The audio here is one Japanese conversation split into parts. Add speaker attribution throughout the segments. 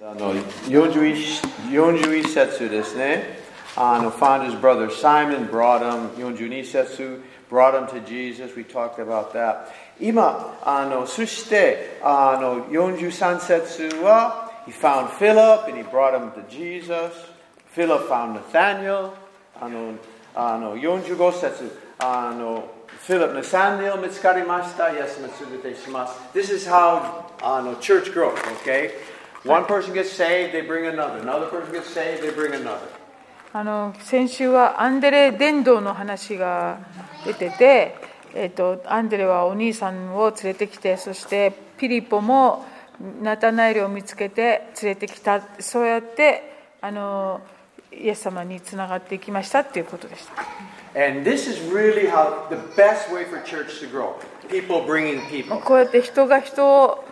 Speaker 1: あの 41, 41節ですね。あの、found his Ah, brother Simon, brought him, 42節、brought him to Jesus. We talked about that. ah, 今、あの、そして、あの、43節は、he found Philip and he brought him to Jesus. Philip found Nathaniel. あの、あの45節、あの、Philip Nathaniel 見つかりました。Yes, 結びてします。This is how あの church grows, okay? One person gets saved, they bring another. Another person gets saved, they bring another.
Speaker 2: あの先週はアンデレ伝道の話が出てて、えーと、アンデレはお兄さんを連れてきて、そしてピリポもナタナエルを見つけて連れてきた、そうやってあのイエス様につながっていきましたっていうことでした。
Speaker 1: And this is really how the best way for church to grow. People bringing people.
Speaker 2: こうやって人が人を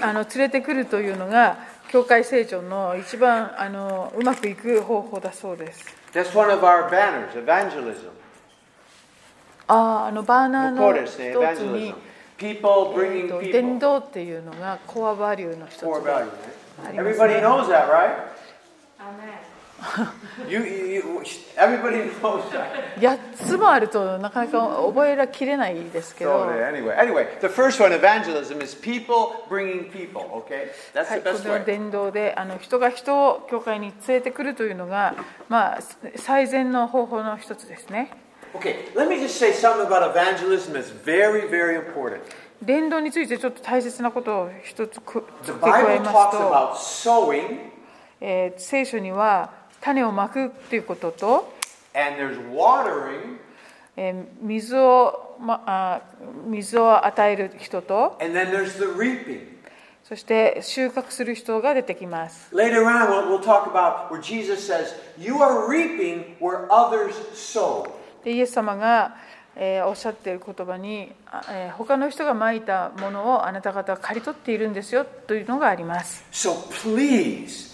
Speaker 2: あの連れてくるというのが教会成長の一番あのうまくいく方法だそうです。
Speaker 1: That's one of our banners, evangelism.
Speaker 2: ああ、あのバーナーの一つに、
Speaker 1: people bringing
Speaker 2: えー、伝道っていうのがコアバリューの一つで
Speaker 1: Core value,
Speaker 2: あり
Speaker 1: right?
Speaker 2: ます
Speaker 1: Everybody
Speaker 2: ね。
Speaker 1: knows that, right?
Speaker 3: Amen.
Speaker 1: You, you, you- everybody knows that.
Speaker 2: 8つもあるとなかなか覚えらきれないです
Speaker 1: So
Speaker 2: けど、
Speaker 1: uh, anyway, anyway, the first one, evangelism, is people bringing people. Okay, that's the
Speaker 2: はい、こ
Speaker 1: best
Speaker 2: の
Speaker 1: way.
Speaker 2: 伝道であの人が人を教会に連れてくるというのが、まあ、最善の方法の一つですね。
Speaker 1: Okay, let me just say something about evangelism. It's very, very important.
Speaker 2: 伝道についてちょっと大切なことを一つく
Speaker 1: The
Speaker 2: 付け加え
Speaker 1: Bible
Speaker 2: ます
Speaker 1: talks
Speaker 2: と、
Speaker 1: about sowing,
Speaker 2: えー聖書には種をまくっていうことと、
Speaker 1: and there's watering,
Speaker 2: えー水を、ま、あ水を与える人と
Speaker 1: and then there's the reaping.
Speaker 2: そして収穫する人が出てきます
Speaker 1: Later on, we'll, we'll talk about where Jesus says, You are reaping where others sow.
Speaker 2: でイエス様が、えーおっしゃっている言葉に、あえー他の人がまいたものをあなた方は刈り取っているんですよというのがあります
Speaker 1: So please,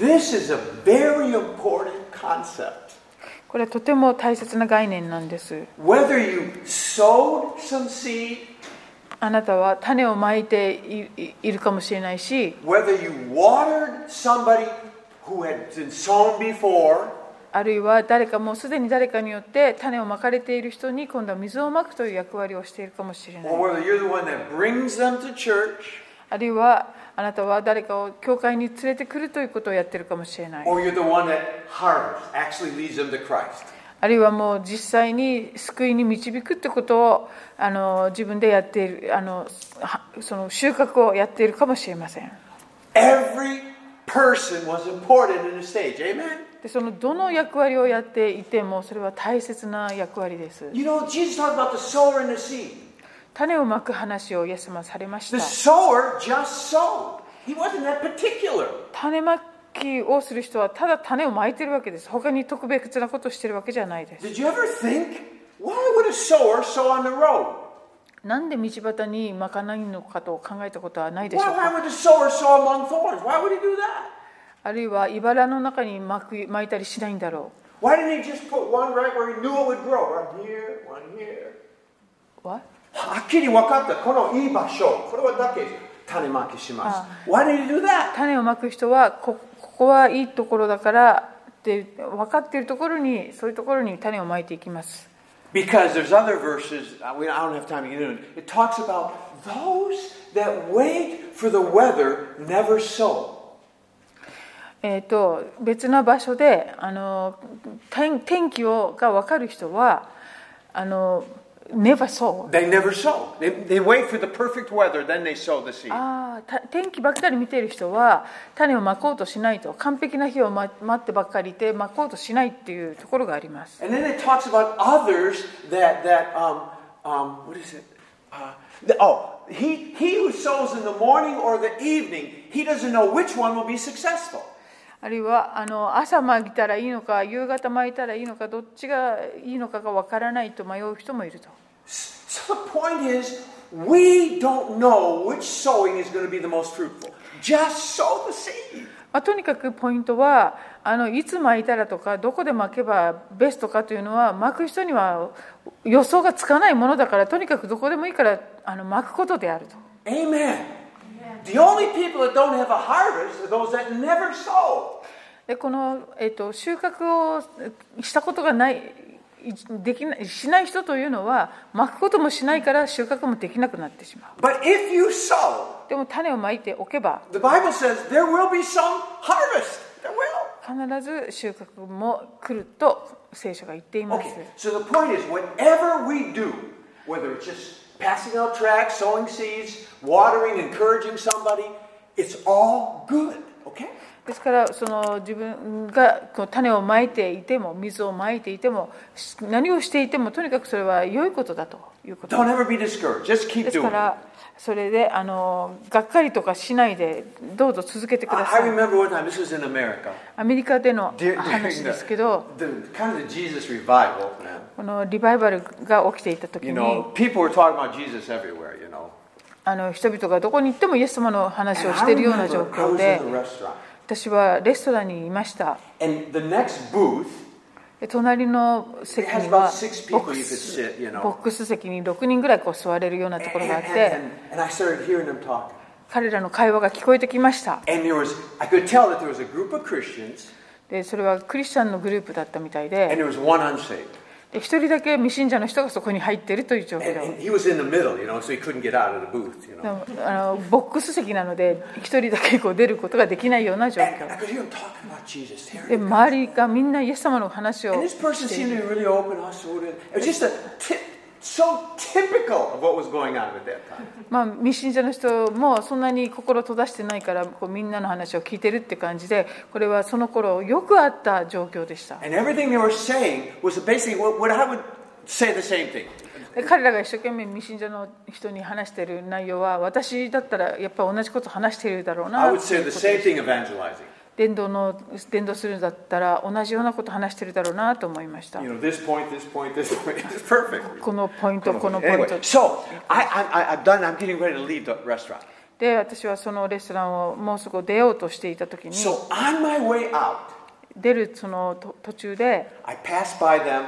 Speaker 1: this is a very important concept.
Speaker 2: これはとても大切な概念なんです
Speaker 1: Whether you sowed some seed,
Speaker 2: あなたは種をまいていいいるかもしれないし
Speaker 1: whether you watered somebody who had been sown before,
Speaker 2: あるいは誰かもうすでに誰かによって種をまかれている人に今度は水をまくという役割をしているかもしれない
Speaker 1: or whether you're the one that brings them to church,
Speaker 2: あるいはあなたは誰かを教会に連れてくるということをやってるかもしれない
Speaker 1: or you're the one that harvests, actually leads them to Christ.
Speaker 2: あるいはもう実際に救いに導くってことをあの自分でやっているあのはその収穫をやっているかもしれません
Speaker 1: Every person was important in the stage. Amen?
Speaker 2: でそのどの役割をやっていてもそれは大切な役割です
Speaker 1: You know, Jesus talked about the sower and the seed.
Speaker 2: 種をまく話をイエス様はされまし
Speaker 1: The
Speaker 2: た
Speaker 1: sower just sowed. He wasn't that particular.
Speaker 2: 種まきをする人はただ種をまいてるわけです他に特別なことをしてるわけじゃないです
Speaker 1: Did you ever think, why would a sower sow on the road?
Speaker 2: なんで道端にまかないのかと考えたことはないでしょ
Speaker 1: Why,
Speaker 2: うか
Speaker 1: why would the sower sow among thorns? Why would he do that?
Speaker 2: あるいは茨の中に巻く巻いたりしないんだろ
Speaker 1: Why didn't he just put one right where he knew it would grow? One here, one here. Ah,
Speaker 2: うわ
Speaker 1: はっきり分かった。このいい場所。これはだけ種まきします。Why did he do that?
Speaker 2: 種をまく人はこここはいいところだからって分かっているところにそういうところに種をまいていきます
Speaker 1: Because there's other verses, I we- I don't have time to get into it. It talks about those that wait for the weather never sow.
Speaker 2: えー、と別な場所であの天天気をが分かる人はあのネバそう
Speaker 1: They never sow. They, they wait for the perfect weather, then they sow the seed.
Speaker 2: あーた天気ばっかり見ている人は種をまこうとしないと完璧な日をま待ってばっかりいてまこうとしないっていうところがあります
Speaker 1: And then it talks about others that, that um, um, what is it? Uh, the, oh, he, he who sows in the morning or the evening, he doesn't know which one will be successful.
Speaker 2: あるいはあの朝巻いたらいいのか夕方巻いたらいいのかどっちがいいのかがわからないと迷う人もいると
Speaker 1: So the point is, we don't know which sowing is going to be the most fruitful. Just sow the seed.
Speaker 2: まあ、とにかくポイントはあのいつ巻いたらとかどこで巻けばベストかというのは巻く人には予想がつかないものだからとにかくどこでもいいからあの巻くことであると
Speaker 1: Amen. The only people that don't have a harvest are those that never sow.
Speaker 2: でこの、えっと収穫をえしたことがないいできないしない人というのは巻くこともしないから収穫もできなくなってしま
Speaker 1: But if you sow,
Speaker 2: うでも種をまいておけば
Speaker 1: the Bible says there will be some harvest. There will.
Speaker 2: 必ず収穫も来ると聖書が言っています
Speaker 1: Okay, so the point is, whatever we do, whether it's just passing out tracts, sowing seeds, watering, encouraging somebody, it's all good, okay?
Speaker 2: ですからその自分がこう種をまいていても水をまいていてもし何をしていてもとにかくそれは良いことだということ
Speaker 1: Don't ever be discouraged. Just keep
Speaker 2: です
Speaker 1: doing
Speaker 2: か
Speaker 1: it.
Speaker 2: らそれであのがっかりとかしないでどうぞ続けてくだ
Speaker 1: I I
Speaker 2: さい
Speaker 1: remember one time, this was in America,
Speaker 2: アメリカでの
Speaker 1: during
Speaker 2: 話ですけど
Speaker 1: the, the kind of the Jesus revival, man.
Speaker 2: このリバイバルが起きていた時
Speaker 1: You
Speaker 2: に
Speaker 1: know, people were talking about Jesus everywhere, you know.
Speaker 2: あの人々がどこに行ってもイエス様の話
Speaker 1: And
Speaker 2: を
Speaker 1: I
Speaker 2: しているような状
Speaker 1: remember I
Speaker 2: 況
Speaker 1: was in
Speaker 2: で
Speaker 1: the restaurant,
Speaker 2: 私はレストランにいました
Speaker 1: and the next booth,
Speaker 2: で隣の席
Speaker 1: it has
Speaker 2: に
Speaker 1: about
Speaker 2: は
Speaker 1: six
Speaker 2: ボ
Speaker 1: people
Speaker 2: ック
Speaker 1: you could
Speaker 2: ス
Speaker 1: sit, you
Speaker 2: ボッ
Speaker 1: know.
Speaker 2: クス席に6人ぐらいこう座れるようなところ
Speaker 1: And,
Speaker 2: があっ
Speaker 1: and,
Speaker 2: て
Speaker 1: and, and I started hearing them talking.
Speaker 2: 彼らの会話が聞こえてきました
Speaker 1: And there was, I could tell that there was a group of Christians
Speaker 2: でそれはクリスチャンのグループだったみたい
Speaker 1: and
Speaker 2: で
Speaker 1: there was one unsaved.
Speaker 2: で1人だけ未信者の人がそこに入っているという状況
Speaker 1: And,
Speaker 2: で
Speaker 1: and he was in the middle, you know, so he couldn't get out of the booth, you
Speaker 2: で
Speaker 1: know.
Speaker 2: もあのボックス席なので1人だけこう出ることができないような状
Speaker 1: And I
Speaker 2: 況
Speaker 1: could hear him talking about Jesus. There
Speaker 2: で周りがみんなイエス様の話を
Speaker 1: And this person seemed to be really open, hospitable. It was just a tip, so typical of what was going on at that time.
Speaker 2: まあ、未信者の人もそんなに心閉ざしてないからこうみんなの話を聞いてるって感じでこれはその頃よくあった状況でした
Speaker 1: And everything they were saying was basically what, what I would say the same thing.
Speaker 2: で彼らが一生懸命未信者の人に話してる内容は私だったらやっぱり同じこと話してるだろう
Speaker 1: I would
Speaker 2: なってい
Speaker 1: say
Speaker 2: う
Speaker 1: the
Speaker 2: こと
Speaker 1: same
Speaker 2: で
Speaker 1: thing evangelizing.
Speaker 2: 伝道の伝道するんだったら同じようなこと話してるだろうなと思いました
Speaker 1: You know, this point, this point, this point. It's perfect.
Speaker 2: このポイントこのポイン
Speaker 1: Anyway,
Speaker 2: ト
Speaker 1: so I, I, I- I'm done. I'm getting ready to leave the restaurant.
Speaker 2: で私はそのレストランをもうすぐ出ようとしていた時に
Speaker 1: So on my way out,
Speaker 2: 出るそのと途中で
Speaker 1: I passed by them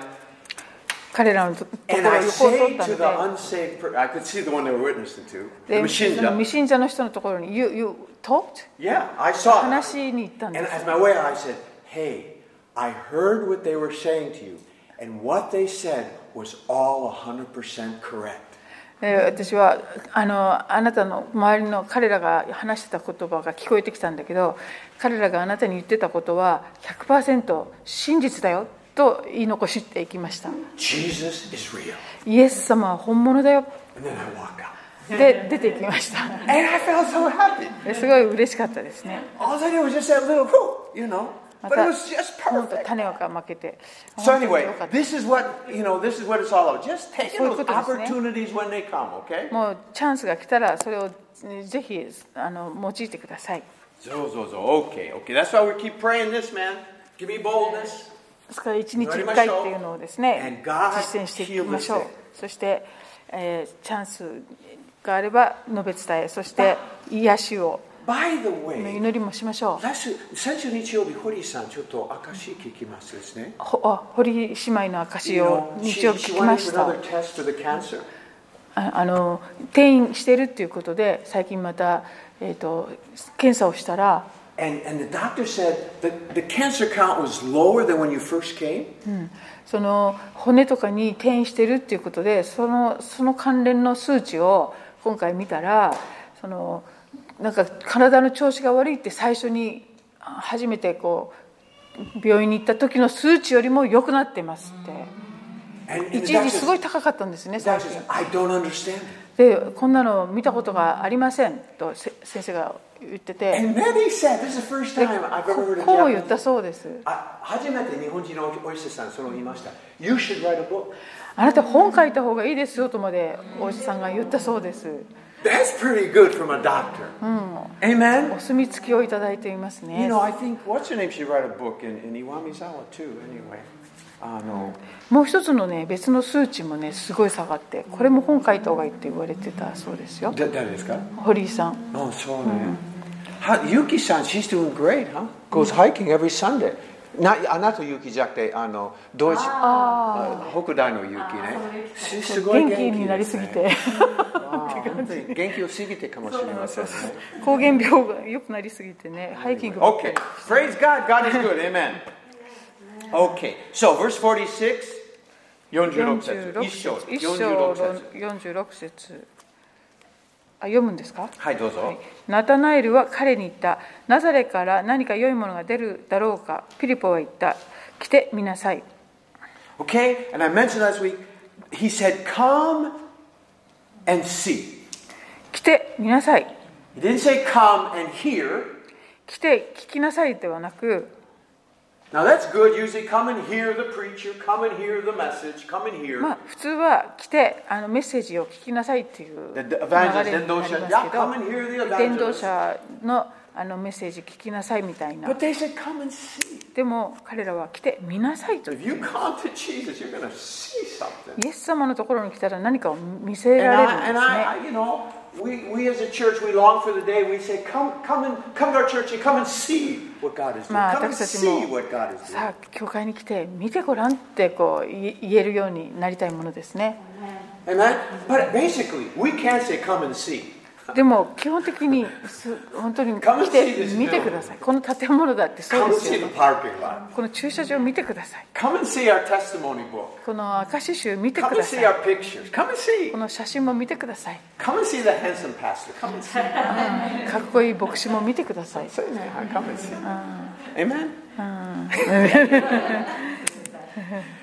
Speaker 2: 彼らのとところ
Speaker 1: and I
Speaker 2: を横を通
Speaker 1: say
Speaker 2: った
Speaker 1: to
Speaker 2: の
Speaker 1: the
Speaker 2: で
Speaker 1: unsaved person, I could see the one they were witnessing to, the
Speaker 2: で
Speaker 1: machine
Speaker 2: その
Speaker 1: gun.
Speaker 2: 未信者の人のところに「You, you talked?」
Speaker 1: Yeah, I saw them.
Speaker 2: 話しに行ったん
Speaker 1: And
Speaker 2: です
Speaker 1: as my way out, I said, Hey, I heard what they were saying to you, and what they said was all 100% correct.
Speaker 2: で私はあのあなたの周りの彼らが話してた言葉が聞こえてきたんだけど彼らがあなたに言ってたことは100%真実だよと言い残していきました
Speaker 1: Jesus is real.
Speaker 2: イエス様は本物だよ
Speaker 1: And then I walked out.
Speaker 2: で出ていきました
Speaker 1: And I felt so happy.
Speaker 2: ですごい嬉しかったですね
Speaker 1: All I did was just that little whoop, you know.
Speaker 2: ま
Speaker 1: But it
Speaker 2: た
Speaker 1: was just
Speaker 2: 本当
Speaker 1: perfect.
Speaker 2: 種をかまけて
Speaker 1: So
Speaker 2: 本当に
Speaker 1: anyway,
Speaker 2: 良かった
Speaker 1: this is what you know. This is what it's all about. Just taking those
Speaker 2: そういうことですね。
Speaker 1: opportunities when they come. Okay.
Speaker 2: もうチャンスが来たらそれをえぜひあの用いてください
Speaker 1: So so so. Okay. Okay. That's why we keep praying this, man. Give me boldness.
Speaker 2: ですから1日1回っていうのをですね
Speaker 1: And God
Speaker 2: 実践していきましょ
Speaker 1: healed
Speaker 2: う
Speaker 1: us.
Speaker 2: そして、えーチャンスがあれば述べ伝えそして癒しを
Speaker 1: By the way,
Speaker 2: 祈りもしましょう
Speaker 1: 来週先週日曜日堀井さんちょっと証聞きますですね。
Speaker 2: ほあ堀姉妹の証
Speaker 1: You
Speaker 2: を
Speaker 1: know,
Speaker 2: 日曜
Speaker 1: she,
Speaker 2: 日
Speaker 1: she
Speaker 2: 聞きま
Speaker 1: went
Speaker 2: し
Speaker 1: for
Speaker 2: た
Speaker 1: another test for the cancer.
Speaker 2: ああの転院してるっていうことで最近また、えー、と検査をしたら
Speaker 1: And, and the doctor said that the cancer count was lower than when you first came.
Speaker 2: その骨とかに転移してるっていうことでそのその関連の数値を今回見たらそのなんか体の調子が悪いって最初にあ初めてこう病院に行った時の数値よりも良くなってますって
Speaker 1: And, and
Speaker 2: 一
Speaker 1: the
Speaker 2: 時
Speaker 1: doctor,
Speaker 2: す
Speaker 1: says-
Speaker 2: ごい高かったんですね
Speaker 1: the
Speaker 2: 最
Speaker 1: doctor
Speaker 2: 近
Speaker 1: says, I don't understand.
Speaker 2: でこんなの見たことがありませんとせ先生が言ってて
Speaker 1: And then he said, this is the first
Speaker 2: で
Speaker 1: time I've ever heard
Speaker 2: こ
Speaker 1: of
Speaker 2: こう言ったそうです
Speaker 1: Japanese- あ初めて日本人のお医者さん、それを言いました。You should write a book.
Speaker 2: あなた本書いた方がいいですよとまでお医者さんが言ったそうです
Speaker 1: That's pretty good from a doctor. Amen?
Speaker 2: お墨付きをいただいていますね
Speaker 1: You know, I think, what's her name? She wrote a book, and, and Iwamizawa too, anyway. あの、
Speaker 2: もう一つのね別の数値もねすごい下がってこれも本書いた方がいいって言われてたそうですよ
Speaker 1: だ誰ですか
Speaker 2: 堀井さん
Speaker 1: Oh, so man. How, Yuki-san, she's doing great, huh? Goes hiking every Sunday. なあなた勇気じゃなくてあのドイツあ北大の勇気ねすすごい
Speaker 2: 元
Speaker 1: 元気,、
Speaker 2: 気になりすぎて
Speaker 1: あー本当に元気を過ぎてかもしれませんね
Speaker 2: 膠原病が良くなりすぎてねハイキングばっかり
Speaker 1: Okay. Praise God. God is good. Amen. Okay. So verse 46. 46節
Speaker 2: 46
Speaker 1: 一章
Speaker 2: 節一章
Speaker 1: 46節
Speaker 2: 46節あ読むんですか
Speaker 1: はいどうぞ、
Speaker 2: ナタナエルは彼に言ったナザレから何か良いものが出るだろうかピリポは言った来てみなさい
Speaker 1: Okay, and I mentioned last week, he said, Come and see.
Speaker 2: 来てみなさい
Speaker 1: He didn't say come and hear.
Speaker 2: 来て聞きなさいではなく
Speaker 1: Now that's good. Usually, come and hear the preacher, come and hear the message, come and hear.
Speaker 2: まあ普通は来てあのメッセージを聞きなさいっていう
Speaker 1: The-
Speaker 2: 流
Speaker 1: the
Speaker 2: れ
Speaker 1: evangelist,
Speaker 2: になりますけ
Speaker 1: yeah, come and hear the
Speaker 2: ど
Speaker 1: evangelist.
Speaker 2: 伝道者のあのメッセージ聞きなさいみたいな
Speaker 1: But they said, Come and see.
Speaker 2: でも彼らは来てみなさいと
Speaker 1: If
Speaker 2: イ
Speaker 1: you come to Jesus, you're going to see something.
Speaker 2: エス様のところに来たら何かを見せ
Speaker 1: And
Speaker 2: られ
Speaker 1: I,
Speaker 2: るん
Speaker 1: and
Speaker 2: です
Speaker 1: I, I,
Speaker 2: ね
Speaker 1: you know, we, we as a church, we long for the day we say, come, come and come to our church and come and see what God is doing.
Speaker 2: まあ
Speaker 1: Come and
Speaker 2: 私たち
Speaker 1: see
Speaker 2: も
Speaker 1: what God is doing.
Speaker 2: さあ教会に来て見てごらんってこうい言えるようになりたいものですね
Speaker 1: Amen. But basically, we can't say come and see.
Speaker 2: でも基本的にす本当に
Speaker 1: Come and see
Speaker 2: 来て
Speaker 1: this
Speaker 2: 見てくださいこの建物だってそう
Speaker 1: Come
Speaker 2: で
Speaker 1: and
Speaker 2: す
Speaker 1: see the
Speaker 2: よね
Speaker 1: parking lot.
Speaker 2: この駐車場見てください
Speaker 1: Come and see our testimony book.
Speaker 2: この証し集見て
Speaker 1: Come
Speaker 2: くだ
Speaker 1: and
Speaker 2: さ
Speaker 1: see
Speaker 2: い
Speaker 1: our pictures. Come and see.
Speaker 2: この写真も見てください
Speaker 1: Come and see the handsome pastor. Come and see.
Speaker 2: かっこいい牧師も見てください
Speaker 1: Say, "Man, Come and see. Uh. Amen.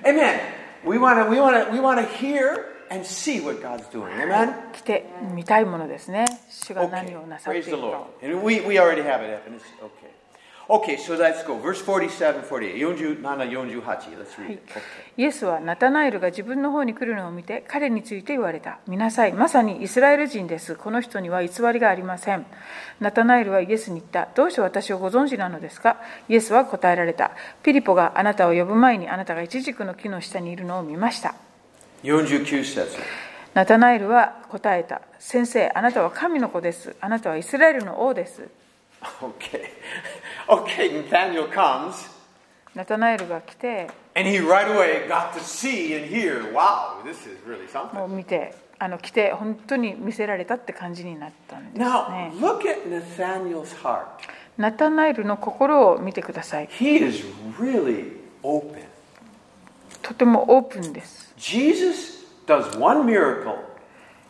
Speaker 1: Amen. We want to. We want to. We want to hear and see what God's doing. Amen.
Speaker 2: 来て見たいものですね主が
Speaker 1: Okay.
Speaker 2: 何をなさってい
Speaker 1: Praise the
Speaker 2: るか
Speaker 1: Lord.
Speaker 2: を
Speaker 1: And we, we already have it happen. It's- Okay. Okay, so let's go. Verse 47, 48. 47, Let's read it. Okay.
Speaker 2: イエスはナタナエルが自分の方に来るのを見て彼について言われた。見なさい、まさにイスラエル人です。この人には偽りがありません。ナタナエルはイエスに言った。どうして私をご存知なのですかイエスは答えられた。ピリポがあなたを呼ぶ前にあなたがイチジクの木の下にいるのを見ました。
Speaker 1: 49節
Speaker 2: ナタナエルは答えた。先生、あなたは神の子です。あなたはイスラエルの王です。
Speaker 1: Okay. Okay, Nathaniel comes,
Speaker 2: ナタナエルが来て、
Speaker 1: and he right away got to see and hear. Wow, this is really
Speaker 2: も
Speaker 1: something.
Speaker 2: う見て、あの来て、本当に見せられたって感じになったんです
Speaker 1: Now,
Speaker 2: ね。
Speaker 1: look at Nathaniel's heart.
Speaker 2: ナタナエルの心を見てください。
Speaker 1: He is really open.
Speaker 2: とてもオープンです。
Speaker 1: Jesus does one miracle.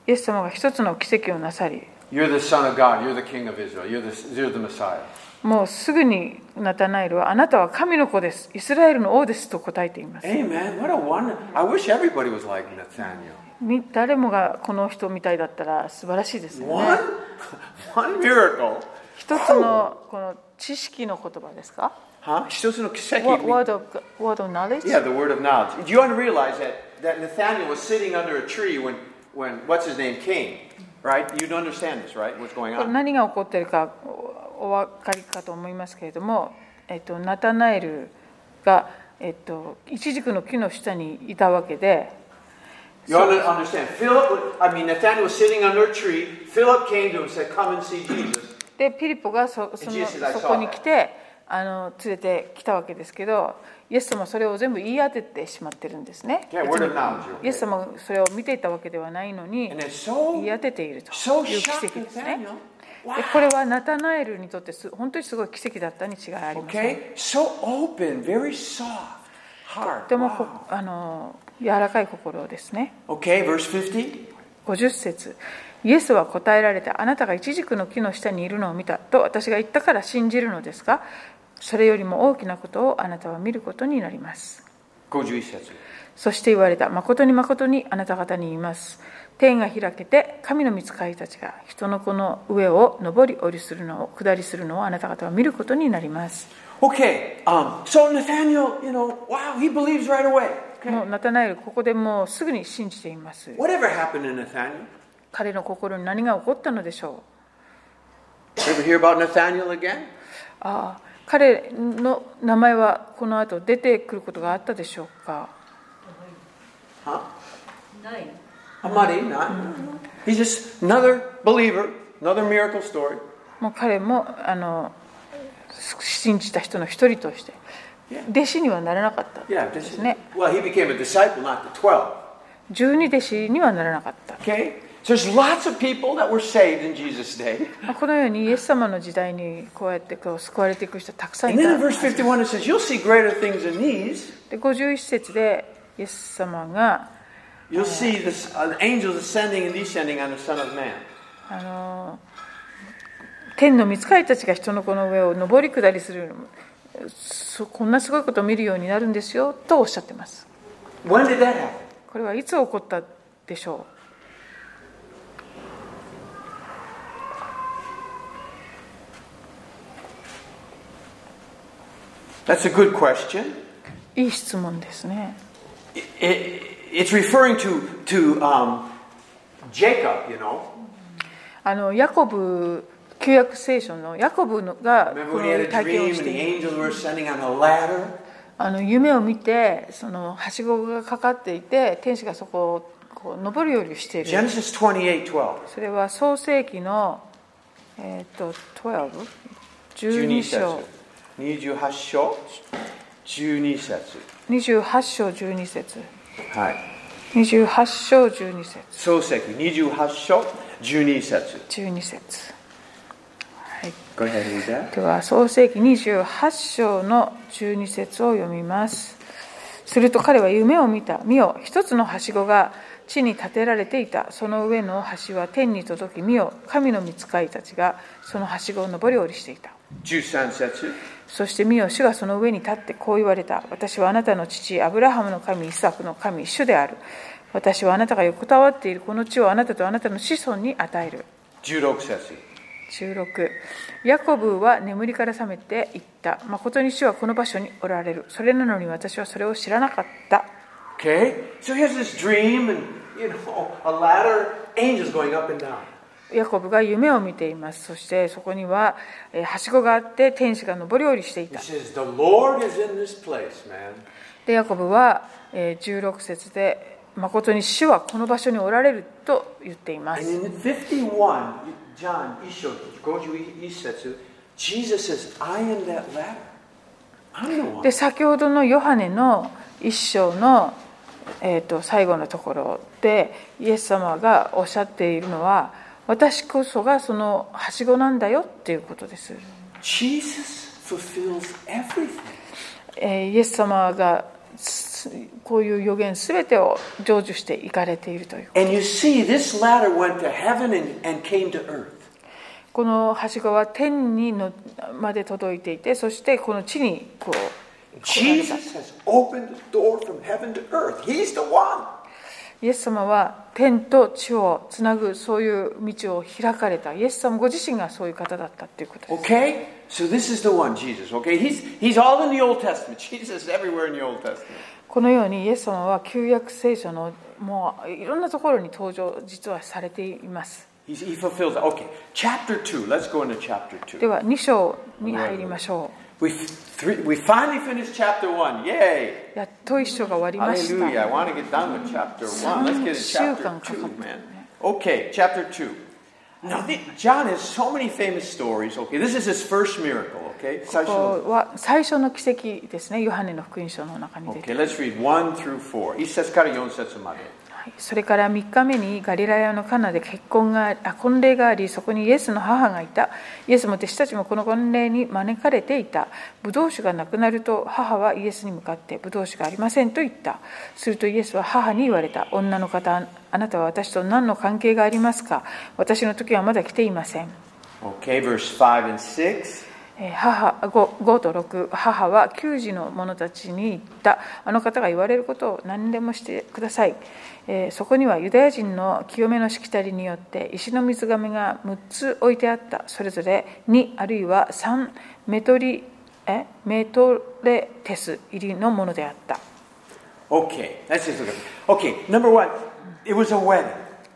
Speaker 2: イエス様が一つの奇跡をなさり、
Speaker 1: You're the Son of God. You're the King of Israel. You're the, you're the Messiah.
Speaker 2: もうすぐにナタナエルは、あなたは神の子です。イスラエルの王ですと答えています。
Speaker 1: Amen. What a wonder. I wish everybody was like Nathaniel.
Speaker 2: み誰もがこの人みたいだったら素晴らしいですよね。
Speaker 1: One, one miracle.
Speaker 2: 一つのこの知識の言葉ですか
Speaker 1: Huh?
Speaker 2: ワ
Speaker 1: 一つの奇跡
Speaker 2: ?Word of, word of
Speaker 1: Yeah,
Speaker 2: knowledge?
Speaker 1: the word of knowledge. Do you want to realize that, that Nathaniel was sitting under a tree when, when what's his name came? Right? You'd understand this, right? What's going
Speaker 2: これ
Speaker 1: on?
Speaker 2: 何が起こってるかおお分かりかと思いますけれども、えっと、ナタナエルが、えっと、イチジクの木の下にいたわけで、
Speaker 1: You ought to understand. Philip, was- I mean, Nathaniel was sitting under a tree. Philip came to him and said, Come and see Jesus.
Speaker 2: でピリポがそその
Speaker 1: Jesus, I saw
Speaker 2: そこに来てあの連れてきたわけですけどイエス様はそれを全部言い当ててしまってるんですね
Speaker 1: Yeah,
Speaker 2: 別
Speaker 1: word of
Speaker 2: に
Speaker 1: knowledge.
Speaker 2: イエス
Speaker 1: okay.
Speaker 2: 様がそれを見ていたわけではないのに
Speaker 1: And
Speaker 2: 言
Speaker 1: it's so,
Speaker 2: い当てていると
Speaker 1: so
Speaker 2: いう奇
Speaker 1: shocked
Speaker 2: 跡です
Speaker 1: Nathaniel.
Speaker 2: ねで
Speaker 1: Wow.
Speaker 2: これはナタナエルにとってす本当にすごい奇跡だったに違いありません、
Speaker 1: Okay? So open, very soft,
Speaker 2: と
Speaker 1: heart.
Speaker 2: てもこ
Speaker 1: Wow.
Speaker 2: あの柔らかい心ですね
Speaker 1: Okay, verse 50.
Speaker 2: 50節イエスは答えられたあなたがイチジクの木の下にいるのを見たと私が言ったから信じるのですかそれよりも大きなことをあなたは見ることになります
Speaker 1: 51節。
Speaker 2: そして言われた誠に誠にあなた方に言います天が開けて神の御使いたちが人の子の上を上り下りするのを下りするのをあなた方は見ることになります、
Speaker 1: Okay, um, so Nathaniel, you know, wow, he believes right away.
Speaker 2: もうナタナエルここでもうすぐに信じています
Speaker 1: Whatever happened to Nathaniel?
Speaker 2: 彼の心に何が起こったのでしょう
Speaker 1: You ever hear about Nathaniel again?
Speaker 2: ああ彼の名前はこの後出てくることがあったでしょうか
Speaker 1: Huh?
Speaker 3: ない。
Speaker 1: Amari, not. He's just another believer, another miracle story.
Speaker 2: もう彼もあの信じた人の一人として弟子にはならなかったん
Speaker 1: Yeah,
Speaker 2: で
Speaker 1: this
Speaker 2: す
Speaker 1: is,
Speaker 2: ね
Speaker 1: well, he became a disciple, not the 12.
Speaker 2: 十二弟子にはならなかった
Speaker 1: Okay? There's lots of people that were saved in Jesus' day.
Speaker 2: まあこのようにイエス様の時代にこうやってこう救われていく人たくさんい
Speaker 1: And
Speaker 2: た
Speaker 1: then in verse 51 it says, You'll see greater things than these.
Speaker 2: で51節でイエス様が
Speaker 1: You'll see this, uh, angels ascending and descending on the Son of Man.
Speaker 2: あの天の御使いたちが人の子の上を上り下りするそこんなすごいことを見るようになるんですよとおっしゃってます
Speaker 1: When did that happen?
Speaker 2: これはいつ起こったでしょ
Speaker 1: That's a good question.
Speaker 2: ういい質問ですね
Speaker 1: It, it, it's referring to, to um, Jacob, you know.
Speaker 2: あのヤコブ旧約聖書のヤコブのが
Speaker 1: Remember
Speaker 2: こ
Speaker 1: when he had
Speaker 2: の
Speaker 1: a
Speaker 2: 体験を
Speaker 1: dream
Speaker 2: し
Speaker 1: and the
Speaker 2: ている
Speaker 1: angels were ascending on a ladder?
Speaker 2: あの夢を見てそのはしごがかかっていて天使がそこをこう上るよりしている
Speaker 1: Genesis 28 12.
Speaker 2: それは創世紀のえっ、と 12?12 章
Speaker 1: 12節。28章、12節。はい。
Speaker 2: 28章12節28章12節
Speaker 1: 漱石28章12節
Speaker 2: 12節はい、
Speaker 1: Go ahead and read that.
Speaker 2: では創世紀28章の12節を読みますすると彼は夢を見た見よ一つのはしごが地に建てられていたその上の橋は天に届き見よ神の御使いたちがそのはしごを上り下りしていた
Speaker 1: 13節
Speaker 2: そして見よ主がその上に立ってこう言われた私はあなたの父アブラハムの神イサクの神主である私はあなたが横たわっているこの地をあなたとあなたの子孫に与える
Speaker 1: 16節
Speaker 2: 16ヤコブは眠りから覚めていった誠に主はこの場所におられるそれなのに私はそれを知らなかった
Speaker 1: Okay? So he has this dream and, you know, a ladder, angels going up and down.
Speaker 2: ヤコブが夢を見ていますそしてそこにはえーはしごがあって天使が上り下りしてい
Speaker 1: He
Speaker 2: た
Speaker 1: says, The Lord is in this place, man.
Speaker 2: でヤコブはえー16節で誠に主はこの場所におられると言っています
Speaker 1: And in 51, John, Isho, Goju Isetsu, Jesus says, I am that ladder. I'm the one.
Speaker 2: で先ほどのヨハネの一章の、えー、と最後のところでイエス様がおっしゃっているのは私こそがそのはしごなんだよっていうことです、
Speaker 1: Jesus fulfills everything.
Speaker 2: えーイエス様がすこういう予言全てを成就していかれているという
Speaker 1: And you see, this ladder went to heaven and, and came to earth.
Speaker 2: このはしごは天にのまで届いていてそしてこの地にこう
Speaker 1: Jesus has opened the door from heaven to earth. He's the one.
Speaker 2: イエス様は天と地をつなぐそういう道を開かれたイエス様ご自身がそういう方だったということです
Speaker 1: Okay? So this is the one, Jesus. Okay? He's he's all in the Old Testament. Jesus is everywhere in the Old Testament.
Speaker 2: このようにイエス様は旧約聖書のもういろんなところに登場実はされています
Speaker 1: He's, he fulfills that. Okay. Chapter 2. Let's go into chapter 2.
Speaker 2: では2章に入りましょ
Speaker 1: We f- three, we finally finished chapter 1. Yay!
Speaker 2: うやっと1章が終わりました
Speaker 1: Hallelujah. I want to get done with chapter 1. Let's get to
Speaker 2: 三週間
Speaker 1: chapter 2,
Speaker 2: かかったね。
Speaker 1: man. Okay, chapter 2. Now, the, John has so many famous stories. Okay, this is his first miracle, okay?
Speaker 2: ここは最初の奇跡ですねヨハネの福音書の中に出て、
Speaker 1: Okay, let's read 1 through 4. 1節から4節まで。
Speaker 2: はいそれから3日目にガリラヤのカナで結婚がああ婚礼がありそこにイエスの母がいたイエスも弟子たちもこの婚礼に招かれていたブドウ酒がなくなると母はイエスに向かってブドウ酒がありませんと言ったするとイエスは母に言われた女の方あなたは私と何の関係がありますか私の時はまだ来ていません
Speaker 1: Okay, verse 5 and 6.
Speaker 2: えー母 5, 5と6母は給仕の者たちに言ったあの方が言われることを何でもしてください、えーそこにはユダヤ人の清めのしきたりによって石の水がめが6つ置いてあったそれぞれ2あるいは3メトリえメトレテス入りのものであった
Speaker 1: Okay, let's just look at it. Okay, number one, it was a wedding.